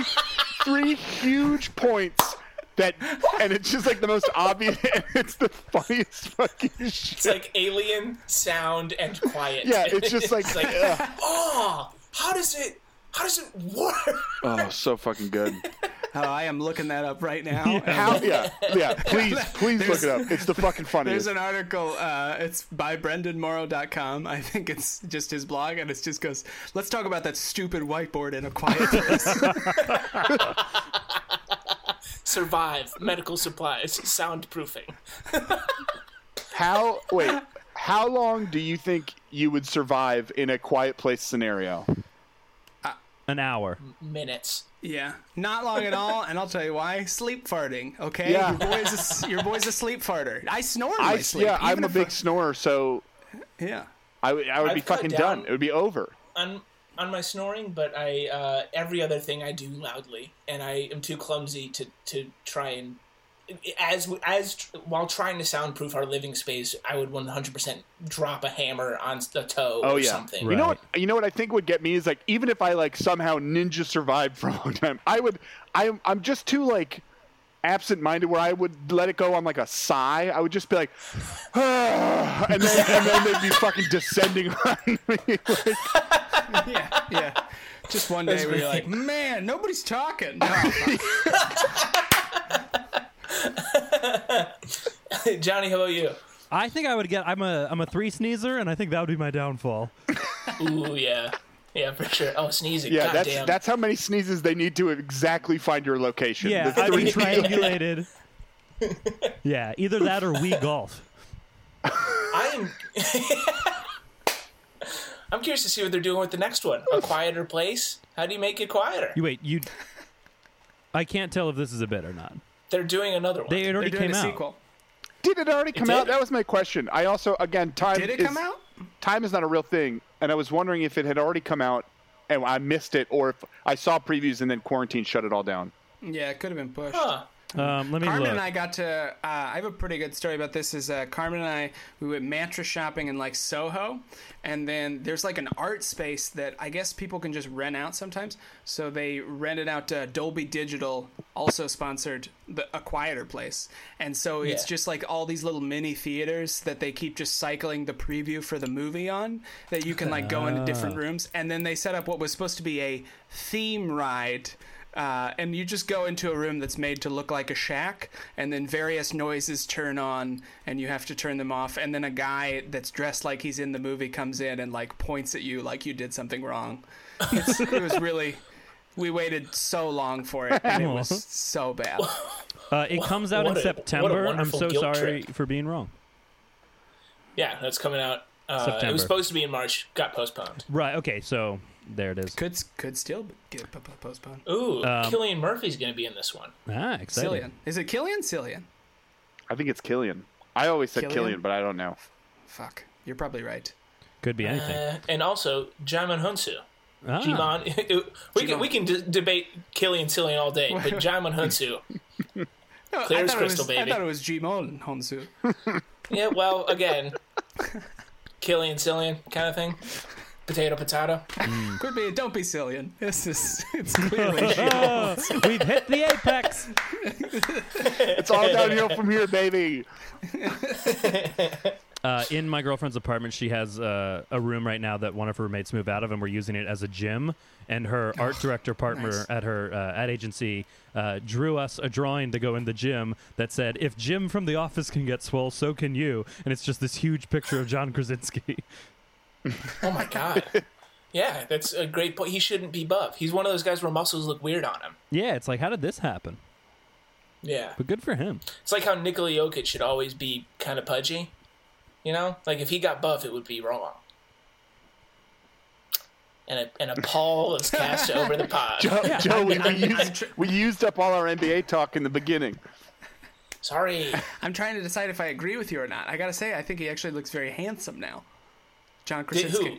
S2: three huge points that and it's just like the most obvious and it's the funniest fucking shit
S4: It's like alien sound and quiet.
S2: yeah, it's just like, ugh.
S4: oh, how does it? How does it work?
S2: oh, so fucking good.
S5: Oh, I am looking that up right now.
S2: How? Yeah, yeah. Please, please look it up. It's the fucking
S5: There's
S2: funniest.
S5: an article. Uh, it's by BrendanMorrow.com. I think it's just his blog, and it just goes, "Let's talk about that stupid whiteboard in a quiet place."
S4: Survive medical supplies, soundproofing.
S2: How? Wait. How long do you think you would survive in a quiet place scenario?
S1: An hour.
S4: Minutes.
S5: yeah, not long at all, and I'll tell you why. Sleep farting. Okay,
S2: Yeah.
S5: your boy's a, your boy's a sleep farter. I snore. In my
S2: I
S5: sleep,
S2: yeah,
S5: even
S2: I'm a
S5: if
S2: big snorer, so
S5: yeah.
S2: I would I would be
S4: I've cut
S2: fucking
S4: down-
S2: done. It would be over.
S4: on on my snoring, but I uh, every other thing I do loudly, and I am too clumsy to to try and as as while trying to soundproof our living space, I would one hundred percent drop a hammer on the toe
S2: Oh
S4: or
S2: yeah.
S4: something.
S2: You know
S1: Right.
S2: what? You know what I think would get me is like even if I like somehow ninja survived for a long time, I would. I'm I'm just too like absent-minded where I would let it go on like a sigh. I would just be like, and then and then they'd be fucking descending on me.
S5: yeah, yeah. Just one day we were like, man, nobody's talking. No.
S4: Johnny, how about you?
S1: I think I would get. I'm a I'm a three sneezer, and I think that would be my downfall.
S4: Ooh yeah, yeah for sure. Oh sneezing.
S2: Yeah,
S4: God
S2: that's
S4: damn.
S2: that's how many sneezes they need to exactly find your location.
S1: Yeah,
S2: The
S1: I'd be
S2: three-
S1: triangulated. yeah, either that or we golf.
S4: I am. I'm curious to see what they're doing with the next one. A quieter place. How do you make it quieter?
S1: You wait, you. I can't tell if this is a bit or not.
S4: They're doing another one.
S1: They had
S5: They're
S1: already
S5: doing
S1: came
S5: a
S1: out.
S5: sequel.
S2: Did it already come out?
S4: did.
S2: That was my question. I also again time
S5: Did it
S2: is-
S5: come out?
S2: time is not a real thing, and I was wondering if it had already come out and I missed it, or if I saw previews and then quarantine shut it all down.
S5: Yeah, it could have been pushed.
S4: Huh.
S1: Um, let me
S5: Carmen
S1: look.
S5: and I got to. Uh, I have a pretty good story about this. Is uh, Carmen and I we went mattress shopping in like Soho, and then there's like an art space that I guess people can just rent out sometimes. So they rented out uh, Dolby Digital, also sponsored the, a quieter place, and so it's
S4: Yeah.
S5: just like all these little mini theaters that they keep just cycling the preview for the movie on that you can like go into different rooms, and then they set up what was supposed to be a theme ride. Uh, and you just go into a room that's made to look like a shack, and then various noises turn on, and you have to turn them off. And then a guy that's dressed like he's in the movie comes in and like points at you like you did something wrong. It's, it was really. We waited so long for it, and it was so bad.
S1: Uh, it comes out in
S4: what a- what a
S1: September. I'm
S4: wonderful
S1: so
S4: guilt
S1: sorry
S4: trip.
S1: for being wrong.
S4: Yeah, that's coming out. Uh, it
S1: September.
S4: was supposed to be in March, got postponed.
S1: Right. Okay. So there it is.
S5: Could could still get p- p- postponed.
S4: Ooh,
S1: Um,
S4: Killian Murphy's going to be in this one.
S1: Ah, exciting.
S5: Cillian, is it Killian? Cillian.
S2: I think it's Killian. I always said
S5: Killian?
S2: Killian, but I don't know.
S5: Fuck, you're probably right.
S1: Could be anything.
S4: Uh, and also Jaimon Hunsu.
S1: Ah.
S4: Jimon, we can we can d- debate Killian Tillian all day, but Jaimon Hunsu.
S5: No,
S4: Clear
S5: I
S4: as
S5: thought it
S4: crystal,
S5: was,
S4: baby.
S5: I thought it was Gmon Honsu.
S4: Yeah, well, again, Killian Cillian kind of thing. Potato, potato.
S5: Could be. Don't be Cillian. This is. It's clearly.
S1: Oh, we've hit the apex.
S2: It's all downhill from here, baby.
S1: Uh, in my girlfriend's apartment, she has uh, a room right now that one of her mates moved out of, and we're using it as a gym. And her art director partner
S5: nice.
S1: at her uh, ad agency uh, drew us a drawing to go in the gym that said, "If Jim from The Office can get swole, so can you." And it's just this huge picture of John Krasinski.
S4: Oh my god. Yeah, that's a great point. He shouldn't be buff. He's one of those guys where muscles look weird on him.
S1: yeah, it's like, how did this happen?
S4: Yeah.
S1: But good for him.
S4: It's like how Nikola Jokic should always be kind of pudgy. You know? Like if he got buff, it would be wrong. And a, and a pall is cast over the pod.
S2: Joe, Joe we, we,
S5: I'm
S2: used,
S5: tr-
S2: we used up all our NBA talk in the beginning.
S4: Sorry.
S5: I'm trying to decide if I agree with you or not. I gotta say, I think he actually looks very handsome now. John
S4: Did
S5: Krasinski.
S4: who?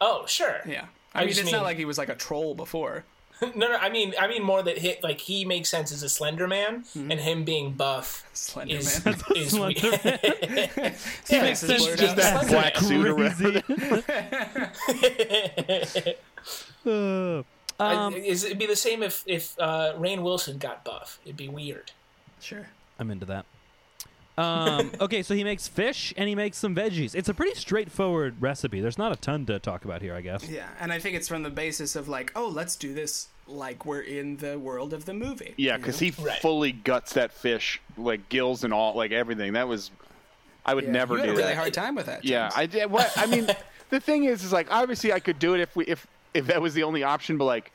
S4: Oh, sure.
S5: Yeah.
S4: I
S5: I mean,
S4: just
S5: it's not
S4: mean-
S5: like he was like a troll before.
S4: No, no. I mean, I mean more that hit like he makes sense as a slender man, and him being buff
S5: Slender
S4: is
S5: Man.
S4: is
S1: Slender
S4: weird. yeah, he's
S5: makes this blurred
S4: just
S5: out.
S4: that
S2: That
S4: slender
S2: black
S4: man.
S2: suit around.
S1: Uh,
S4: I-
S1: um,
S4: is, it'd be the same if if uh, Rain Wilson got buff. It'd be weird.
S5: Sure.
S1: I'm into that. Um, okay, so he makes fish and he makes some veggies. It's a pretty straightforward recipe. There's not a ton to talk about here, I guess.
S5: Yeah, and I think it's from the basis of like, oh, let's do this like we're in the world of the movie.
S2: Yeah, because he
S4: Right.
S2: fully guts that fish, like gills and all, like everything. That was, I would
S5: Yeah,
S2: never do
S5: you had a really
S2: that.
S5: hard time with that.
S2: yeah,
S5: James.
S2: I did. What I mean, the thing is, is like obviously I could do it if we if if that was the only option, but like.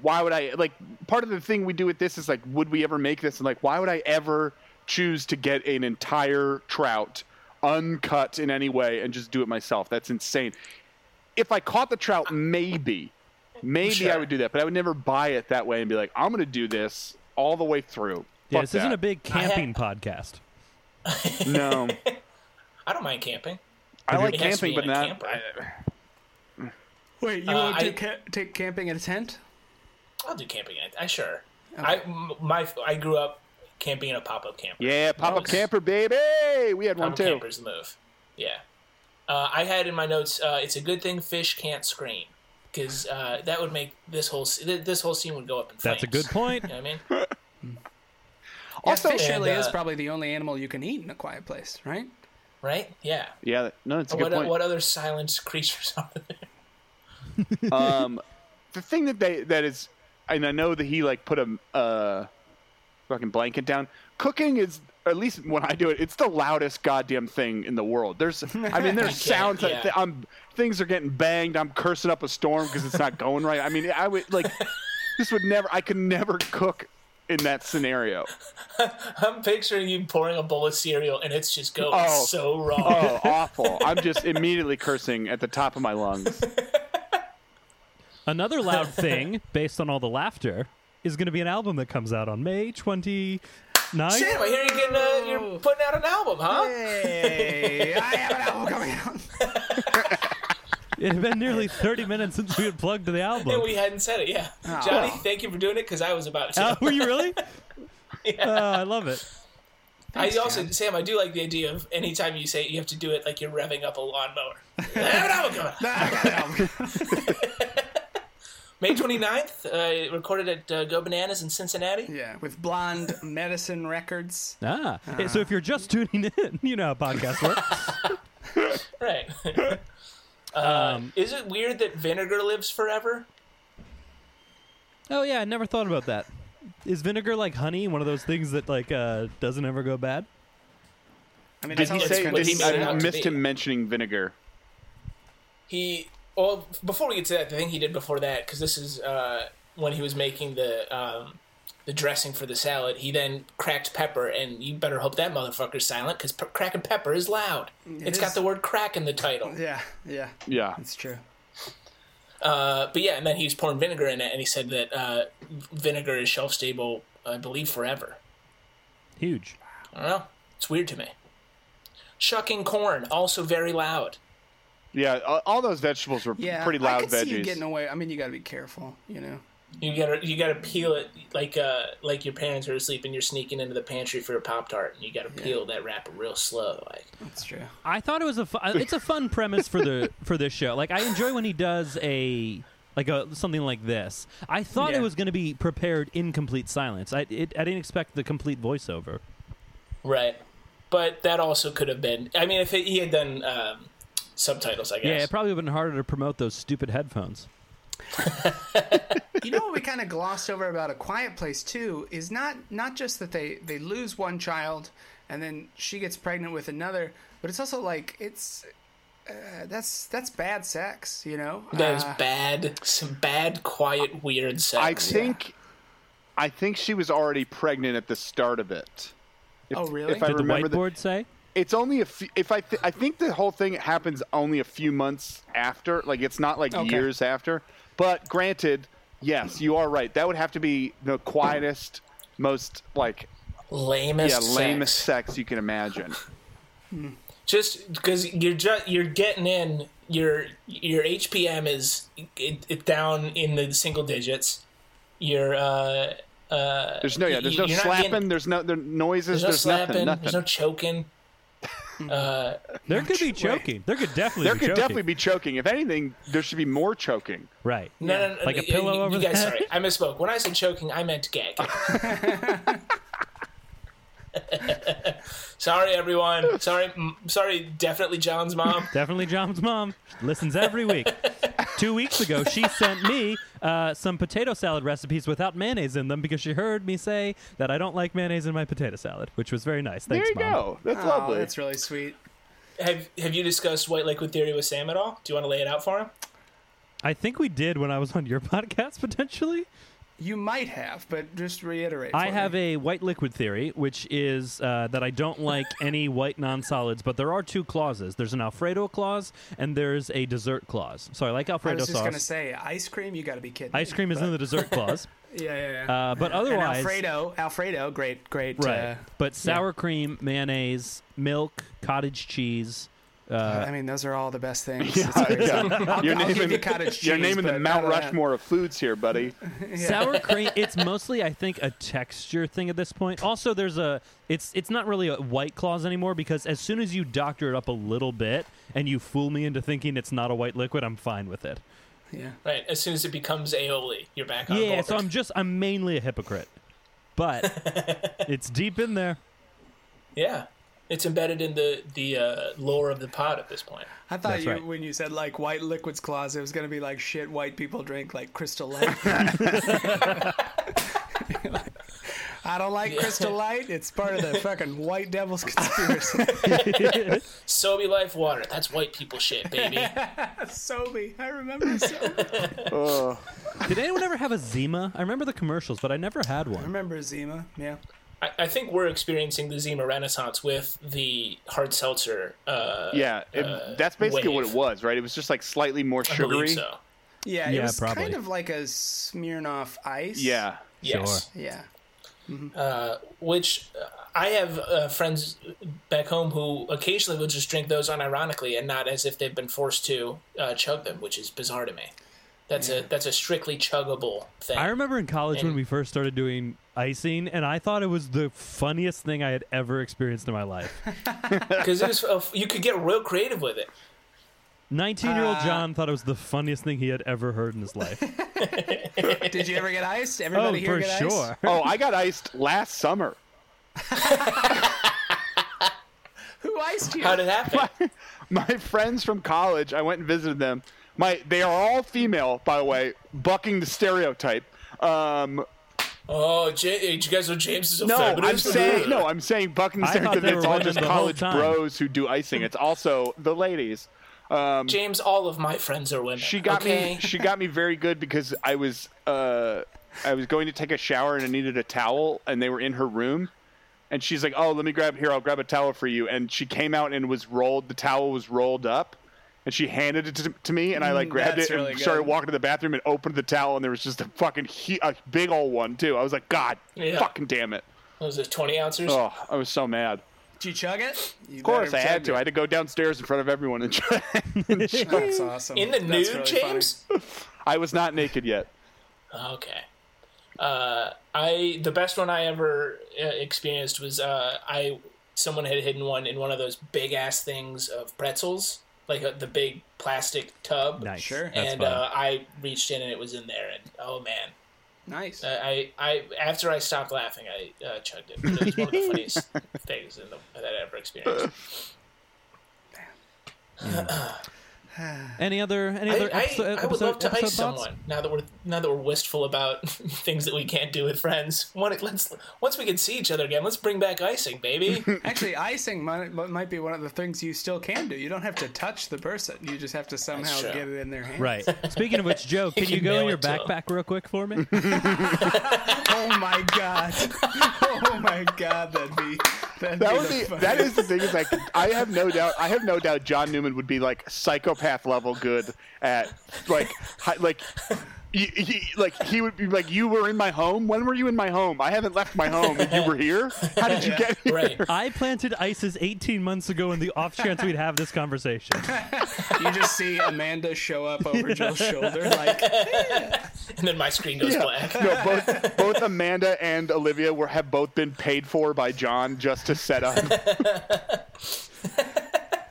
S2: Why would I like part of the thing we do with this is like, would we ever make this? And like, why would I ever choose to get an entire trout uncut in any way and just do it myself? That's insane. If I caught the trout, maybe, maybe I
S4: Sure.
S2: would do that, but I would never buy it that way and be like, I'm going to do this all the way through.
S1: Yeah,
S2: Fuck
S1: this isn't
S2: that.
S1: a big camping podcast.
S2: No,
S4: I don't mind camping.
S2: I like
S4: It has to
S2: camping,
S4: be
S2: but
S4: in a
S2: not.
S4: camper.
S5: Wait, you
S4: Uh,
S5: won't
S4: I-
S5: do ca- take camping in a tent?
S4: I'll do camping. I, I sure. I m I my I grew up camping in a pop up camper.
S2: Yeah, pop up
S4: Nice.
S2: camper, baby. We had one
S4: Pop-up
S2: too.
S4: campers move. Yeah. Uh, I had in my notes. Uh, it's a good thing fish can't scream because uh, that would make this whole s- th- this whole scene would go up in flames.
S1: That's a good point.
S4: You know what I mean?
S2: Also,
S5: fish
S4: and,
S5: really is
S4: uh,
S5: probably the only animal you can eat in a quiet place, right?
S4: Right? Yeah.
S2: yeah, no, it's a good
S4: What, uh,
S2: point.
S4: what other silent creatures are there?
S2: um, the thing that they that is, and I know that he like put a uh, fucking blanket down. Cooking is at least when I do it, it's the loudest goddamn thing in the world. There's, I mean, there's sounds that
S4: yeah.
S2: I'm things are getting banged. I'm cursing up a storm because it's not going right. I mean, I would like this would never. I could never cook in that scenario.
S4: I'm picturing you pouring a bowl of cereal and it's just going
S2: Oh.
S4: so wrong.
S2: Oh, awful! I'm just immediately cursing at the top of my lungs.
S1: Another loud thing, based on all the laughter, is going to be an album that comes out on May 29th.
S4: Damn, I hear you're, getting, uh, you're putting out an album, huh?
S5: Hey, I have an album coming out.
S1: It had been nearly 30 minutes since we had plugged the album.
S4: And we hadn't said it, yeah. Johnny, thank you for doing it because I was about to.
S1: Uh, were you really? Uh, I love it.
S4: I also, Sam, I do like the idea of anytime you say it, you have to do it like you're revving up a lawnmower. I have an album coming out.
S5: I got an album.
S4: May 29th, uh, recorded at uh, Go Bananas in Cincinnati.
S5: Yeah, with Blonde Medicine Records.
S1: Ah. Hey, so if you're just tuning in, you know how podcasts work.
S4: Right. uh, is it weird that vinegar lives forever?
S1: Oh yeah, I never thought about that. Is vinegar like honey? One of those things that like uh, doesn't ever go bad.
S5: I mean,
S2: Did
S5: that's
S2: he
S5: all
S2: say?
S5: it's
S4: what
S2: Did
S4: he
S2: he,
S5: gonna
S4: made it
S2: I
S4: out to
S2: missed
S4: be.
S2: him mentioning vinegar.
S4: He, well, before we get to that, the thing he did before that, because this is uh, when he was making the um, the dressing for the salad, he then cracked pepper, and you better hope that motherfucker's silent, because p- cracking pepper is loud. It has got
S5: is.
S4: the word crack in the title.
S5: Yeah, yeah,
S2: Yeah,
S5: it's true.
S4: Uh, but yeah, and then he was pouring vinegar in it, and he said that uh, vinegar is shelf stable, I believe, forever.
S1: Huge.
S4: I don't know. It's weird to me. Shucking corn, also very loud.
S2: yeah. a- All those vegetables were
S5: Yeah,
S2: pretty loud
S5: I could
S2: veggies.
S5: see you getting away. I mean, you got to be careful, you know.
S4: You gotta you gotta peel it like uh like your parents are asleep and you're sneaking into the pantry for a pop tart and you gotta peel that wrapper real slow. Like
S5: That's true.
S1: I thought it was a fu- uh, it's a fun premise for the for this show. Like I enjoy when he does a like a something like this. I thought
S4: Yeah.
S1: it was going to be prepared in complete silence. I it, I didn't expect the complete voiceover.
S4: right, but that also could have been. I mean, if he had done um, subtitles, I guess.
S1: Yeah, it probably would have been harder to promote those stupid headphones.
S5: you know what we kind of glossed over about a quiet place too is not not just that they they lose one child and then she gets pregnant with another but it's also like it's uh, that's that's bad sex you know
S4: that is
S5: Uh,
S4: bad. Some bad, quiet, weird
S2: Ah. I
S4: sex.
S2: think, I think she was already pregnant at the start of it. If,
S5: Oh, really?
S2: If I
S1: Did the
S2: remember,
S1: whiteboard say?
S2: it's only a few, if I th- I think the whole thing happens only a few months after. Like it's not like
S5: Okay.
S2: years after. But granted, yes, you are right. That would have to be the quietest, most like yeah
S4: lamest,
S2: lamest
S4: sex.
S2: sex you can imagine.
S4: just because you're ju- you're getting in your your HPM is it, it down in the single digits. Your uh,
S2: There's no yeah. There's no
S4: You're not
S2: slapping.
S4: getting-
S2: there's no there, noises.
S4: there's no
S2: There's,
S4: slapping,
S2: nothing. Nothing.
S4: there's no choking.
S1: There could be choking. There could definitely
S2: there
S1: be
S2: could
S1: choking.
S2: definitely be choking. If anything, there should be more choking.
S1: right.
S4: No, no, no,
S1: Like a
S4: you-
S1: pillow
S4: you,
S1: over
S4: you
S1: the
S4: guys,
S1: head?
S4: Sorry, I misspoke. When I said choking, I meant gag. sorry, everyone. Sorry, m- sorry. Definitely John's mom.
S1: Definitely John's mom listens every week. Two weeks ago, she sent me uh, some potato salad recipes without mayonnaise in them because she heard me say that I don't like mayonnaise in my potato salad, which was very nice. Thanks,
S2: there you
S1: mom.
S2: go. That's
S5: oh
S2: lovely.
S5: that's really sweet
S4: Have Have you discussed White Liquid Theory with Sam at all? Do you want to lay it out for him?
S1: I think we did when I was on your podcast potentially.
S5: you might have but just reiterate
S1: I have a white liquid theory, which is uh, that I don't like any white non-solids, but there are two clauses. There's an Alfredo clause and there's a dessert clause. So I like
S5: I
S1: Alfredo
S5: was just
S1: sauce.
S5: gonna say ice cream. You got to be kidding.
S1: Ice
S5: me.
S1: cream is in the dessert clause,
S5: Yeah, yeah, yeah.
S1: uh, but
S5: and
S1: otherwise,
S5: Alfredo, Alfredo, great, great.
S1: right?
S5: Uh,
S1: but sour cream, mayonnaise, milk, cottage cheese.
S5: uh,
S1: Uh,
S5: I mean, those are all the best things.
S2: Uh,
S5: It's crazy.
S2: yeah. You're
S5: I'll give
S2: naming-
S5: you cottage
S2: You're
S5: cheese,
S2: naming the
S5: but uh,
S2: Mount
S5: other than that-
S2: Rushmore of foods here, buddy.
S1: sour cream it's mostly i think a texture thing at this point also there's a it's it's not really a white claws anymore because as soon as you doctor it up a little bit and you fool me into thinking it's not a white liquid i'm fine with it
S5: Yeah.
S4: Right. As soon as it becomes aioli, you're back on.
S1: yeah
S4: board.
S1: so i'm just i'm mainly a hypocrite but it's deep in there
S4: Yeah. It's embedded in the the uh, lore of the pod at this point.
S5: I thought
S1: That's
S5: you
S1: right.
S5: when you said like white liquids closet, it was gonna be like shit white people drink like Crystal Light. I don't like Crystal Light. It's part of the fucking white devil's conspiracy.
S4: Sobe Life water. That's white people shit, baby.
S5: Sobe, I remember. Sobe.
S1: did anyone ever have a zima i remember the commercials but i never had
S5: I
S1: one
S5: remember Zima. Yeah.
S4: I, I think we're experiencing the Zima Renaissance with the hard seltzer. Uh,
S2: Yeah, it- that's basically what it
S4: wave.
S2: was, right? It was just like slightly more
S4: I believe
S2: sugary.
S4: so.
S5: Yeah. It
S1: Yeah,
S5: was
S1: probably.
S5: kind of like a Smirnoff Ice.
S2: Yeah,
S4: Yes.
S5: Yeah.
S4: Which uh, I have uh, friends back home who occasionally will just drink those unironically and not as if they've been forced to uh, chug them, which is bizarre to me. That's a that's a strictly chuggable thing.
S1: I remember in college when we first started doing icing, and I thought it was the funniest thing I had ever experienced in my life.
S4: Uh, because it was uh, you could get real creative with it.
S1: 19 year old John thought it was the funniest thing he had ever heard in his life. Oh,
S5: Did you ever get iced? Everybody here get iced?
S2: Oh, I got iced last summer.
S5: Who iced you?
S4: How did it happen?
S2: My friends from college, I went and visited them. My they are all female, by the way, bucking the stereotype. Um,
S4: oh, J- did you guys know James is a
S2: no,
S4: feminist?
S2: I'm saying no, I'm saying bucking the
S1: I thought
S2: stereotype.
S1: they
S2: It's
S1: were
S2: all
S1: women
S2: just
S1: the whole
S2: college
S1: time.
S2: bros who do icing. It's also the ladies.
S4: James, all of my friends are women.
S2: She got
S4: okay?
S2: me. She got me very good because I was uh, I was going to take a shower and I needed a towel, and they were in her room, and she's like, "Oh, let me grab here. I'll grab a towel for you." And she came out and was rolled. The towel was rolled up, and she handed it to, to me, and I like grabbed
S5: Mm, that's
S2: it
S5: really
S2: and started
S5: good.
S2: walking to the bathroom and opened the towel, and there was just a fucking he- a big old one too. I was like, "God,
S4: Yeah.
S2: fucking damn it!"
S4: Those are twenty ounces.
S2: Oh, I was so mad.
S5: Did you chug it? You
S2: Of course, I had to. I had to go downstairs in front of everyone and. Try-
S5: That's awesome.
S4: In the
S5: That's
S4: nude,
S5: really funny.
S4: James?
S2: I was not naked yet.
S4: Okay. Uh, I the best one I ever uh, experienced was uh, I someone had hidden one in one of those big ass things of pretzels, like uh, the big plastic tub.
S1: Nice.
S5: Sure.
S1: That's
S4: and
S1: fun.
S4: uh, I reached in and it was in there, and oh man, Uh,
S5: Nice.
S4: I I, I after I stopped laughing, I uh, chugged it. It was one of the funniest things in the, that I ever experienced.
S1: any other any
S4: I,
S1: other
S4: I,
S1: episode,
S4: I would
S1: episode-
S4: love to ice
S1: episode thoughts?
S4: someone now that we're now that we're wistful about things that we can't do with friends. One, let's once we can see each other again, let's bring back icing, baby.
S5: Actually, icing might, might be one of the things you still can do. You don't have to touch the person. You just have to somehow
S4: true.
S5: get it in their hand.
S1: Right. Speaking of which, Joe, can
S4: can
S1: you go
S4: mail
S1: in your
S4: it to him.
S1: backpack real quick for me?
S5: Oh my god. Oh my god. That'd be. That'd
S2: That
S5: be
S2: would
S5: the
S2: be.
S5: fun-
S2: That is the thing. Is like I have no doubt. I have no doubt. John Newman would be like psychopath level good at like hi, like. He, he, like he would be like, you were in my home. When were you in my home? I haven't left my home. And you were here. How did you get here?
S4: right.
S1: I planted ISIS 18 months ago in the off chance we'd have this conversation.
S5: You just see Amanda show up over Joe's shoulder, like
S4: And then my screen goes black. Uh,
S2: No, both both Amanda and Olivia were have both been paid for by John just to set up.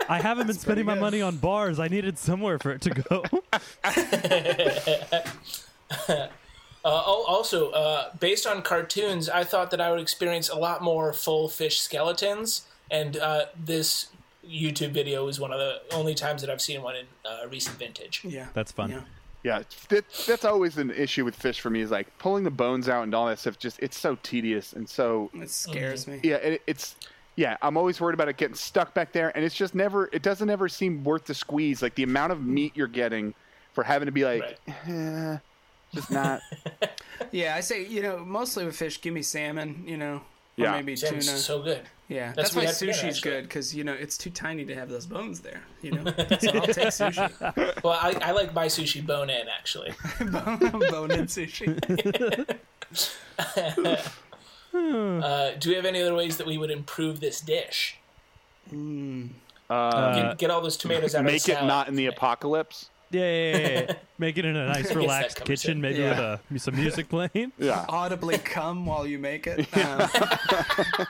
S1: I haven't been spending my
S5: good.
S1: money on bars. I needed somewhere for it to go.
S4: Uh, al- also, uh, based on cartoons, I thought that I would experience a lot more full fish skeletons, and uh, this YouTube video is one of the only times that I've seen one in uh, recent vintage.
S5: yeah.
S1: That's fun.
S5: Yeah.
S2: Yeah, that, that's always an issue with fish for me. Is like pulling the bones out and all that stuff. Just it's so tedious and so
S5: It scares me.
S2: yeah. It, it's yeah. I'm always worried about it getting stuck back there, and it's just never. It doesn't ever seem worth the squeeze. Like the amount of meat you're getting for having to be like
S4: Right.
S2: eh, just not.
S5: Yeah, I say you know mostly with fish, give me salmon. You know,
S2: Yeah.
S5: or maybe
S4: Damn,
S5: tuna.
S4: it's so good.
S5: yeah,
S4: that's
S5: that's,
S4: what
S5: why
S4: we had together,
S5: sushi's
S4: actually.
S5: good because you know it's too tiny to have those bones there. You know, so I'll take sushi,
S4: Well, I, I like my sushi bone in actually.
S5: bone and sushi.
S4: Uh, do we have any other ways that we would improve this dish? get, get all those tomatoes out
S2: Hmm. Uh,
S4: of the
S2: make it
S4: salad.
S2: not in the apocalypse.
S1: Yeah, yeah, yeah, yeah. Make it in a nice, relaxed
S4: covers
S1: kitchen,
S4: it.
S1: maybe
S5: Yeah.
S1: with a, some music playing.
S2: Yeah.
S5: Audibly cum while you make it. Um,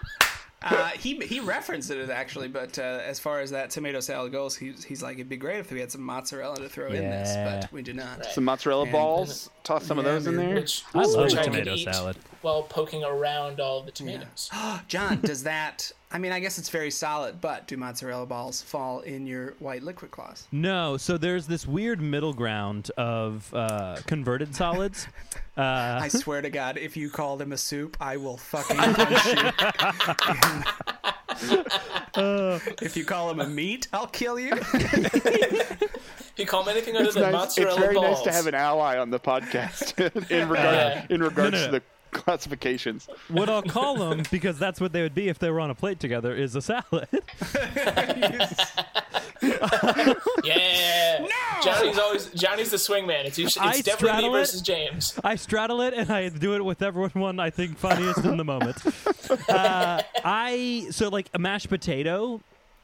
S5: uh, he he referenced it actually, but uh, as far as that tomato salad goes, he's he's like it'd be great if we had some mozzarella to throw in this,
S1: Yeah.
S5: but we do not.
S2: Some mozzarella
S5: And-
S2: balls. Toss some of
S5: Yeah,
S2: those in
S5: dude.
S2: there.
S4: Which,
S1: I love
S4: which
S1: a
S4: I could
S1: tomato
S4: eat
S1: salad.
S4: while poking around all the tomatoes.
S5: John, does that? I mean, I guess it's very solid, but do mozzarella balls fall in your white liquid claws?
S1: No, so there's this weird middle ground of uh, converted solids. Uh,
S5: I swear to God, if you call them a soup, I will fucking punch you. if you call them a meat, I'll kill you.
S4: If you call them anything other
S2: It's,
S4: than
S2: nice.
S4: mozzarella
S2: it's very
S4: balls,
S2: nice to have an ally on the podcast in regard
S4: Yeah.
S2: in regards
S1: No, no, no.
S2: to the classifications.
S1: what I'll call them, because that's what they would be if they were on a plate together, is a salad.
S4: yeah. Johnny's always Johnny's the swingman. It's, usually-
S1: I
S4: it's definitely
S1: straddle
S4: me
S1: it.
S4: versus James.
S1: I straddle it and I do it with everyone I think funniest in the moment. Uh, I so like a mashed potato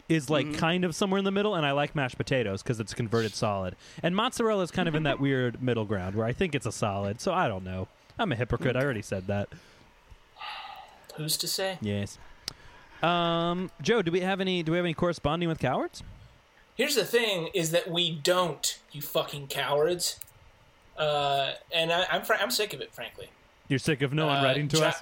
S1: is like kind of somewhere in the middle, and I like mashed potatoes because it's converted solid, and mozzarella is kind of in that weird middle ground where I think it's a solid. So I don't know. I'm a hypocrite. I already said that.
S4: Who's to say?
S1: Yes. Um, Joe, do we have any? Do we have any corresponding with cowards?
S4: Here's the thing: is that we don't, you fucking cowards. Uh, and I, I'm fr- I'm sick of it, frankly.
S1: You're sick of no one
S4: Uh,
S1: writing to
S4: Jo-
S1: us.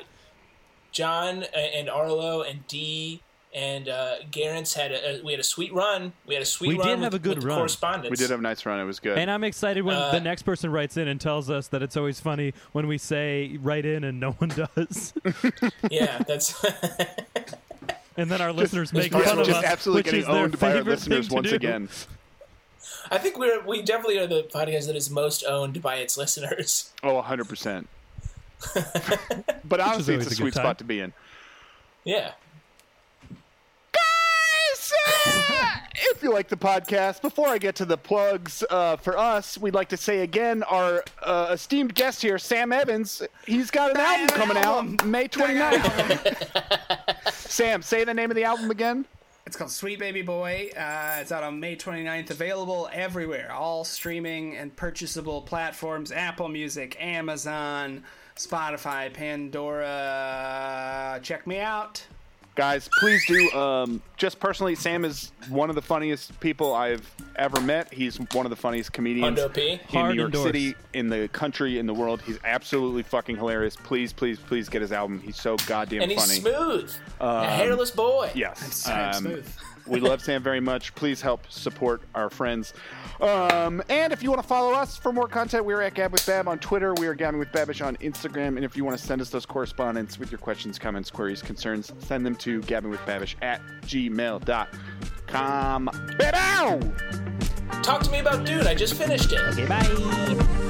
S4: John uh, and Arlo and Dee and uh, Garrett's had a, a we had a sweet run. We had a sweet
S1: We
S4: run.
S1: did
S4: with-
S1: have a good
S4: with
S1: run.
S4: Correspondence.
S2: We did have a nice run. It was good.
S1: And I'm excited when the next person writes in and tells us that it's always funny when we say write in and no one does.
S4: yeah, that's
S1: and then our listeners make
S2: Yeah,
S1: fun of
S2: just
S1: us,
S2: absolutely
S1: which
S2: getting
S1: is their
S2: owned by our
S1: favorite
S2: listeners
S1: thing to
S2: once
S1: do.
S2: again.
S4: I think we're we definitely are the podcast that is most owned by its listeners.
S2: Oh, 100%. but honestly,
S1: always a good
S2: it's a, sweet
S1: time.
S2: spot to be in.
S4: Yeah.
S2: uh, If you like the podcast, before I get to the plugs uh, for us, we'd like to say again our uh, esteemed guest here, Sam Evans, he's got an album
S5: I have an
S2: coming
S5: album.
S2: out May
S5: I got
S2: 29th. Sam, say the name of the album again.
S5: It's called Sweet Baby Boy. Uh, it's out on May 29th, available everywhere, all streaming and purchasable platforms Apple Music, Amazon, Spotify, Pandora. Check me out.
S2: guys please do um, just personally sam is one of the funniest people i've ever met he's one of the funniest comedians
S4: Hundo P.
S2: in
S1: Hard
S2: new york
S1: endorse.
S2: city in the country in the world he's absolutely fucking hilarious please please please get his album he's so goddamn
S4: and he's
S2: funny
S4: smooth.
S2: Um,
S4: a hairless boy.
S2: yes
S5: I'm
S2: um,
S5: smooth.
S2: we love sam very much please help support our friends um, and if you want to follow us for more content we're at gab with bab on twitter we are gabbing with babish on instagram and if you want to send us those correspondence with your questions comments queries concerns send them to gabbingwithbabish at gmail.com Bow!
S4: Talk to me about Dune. I just finished it.
S1: Bye.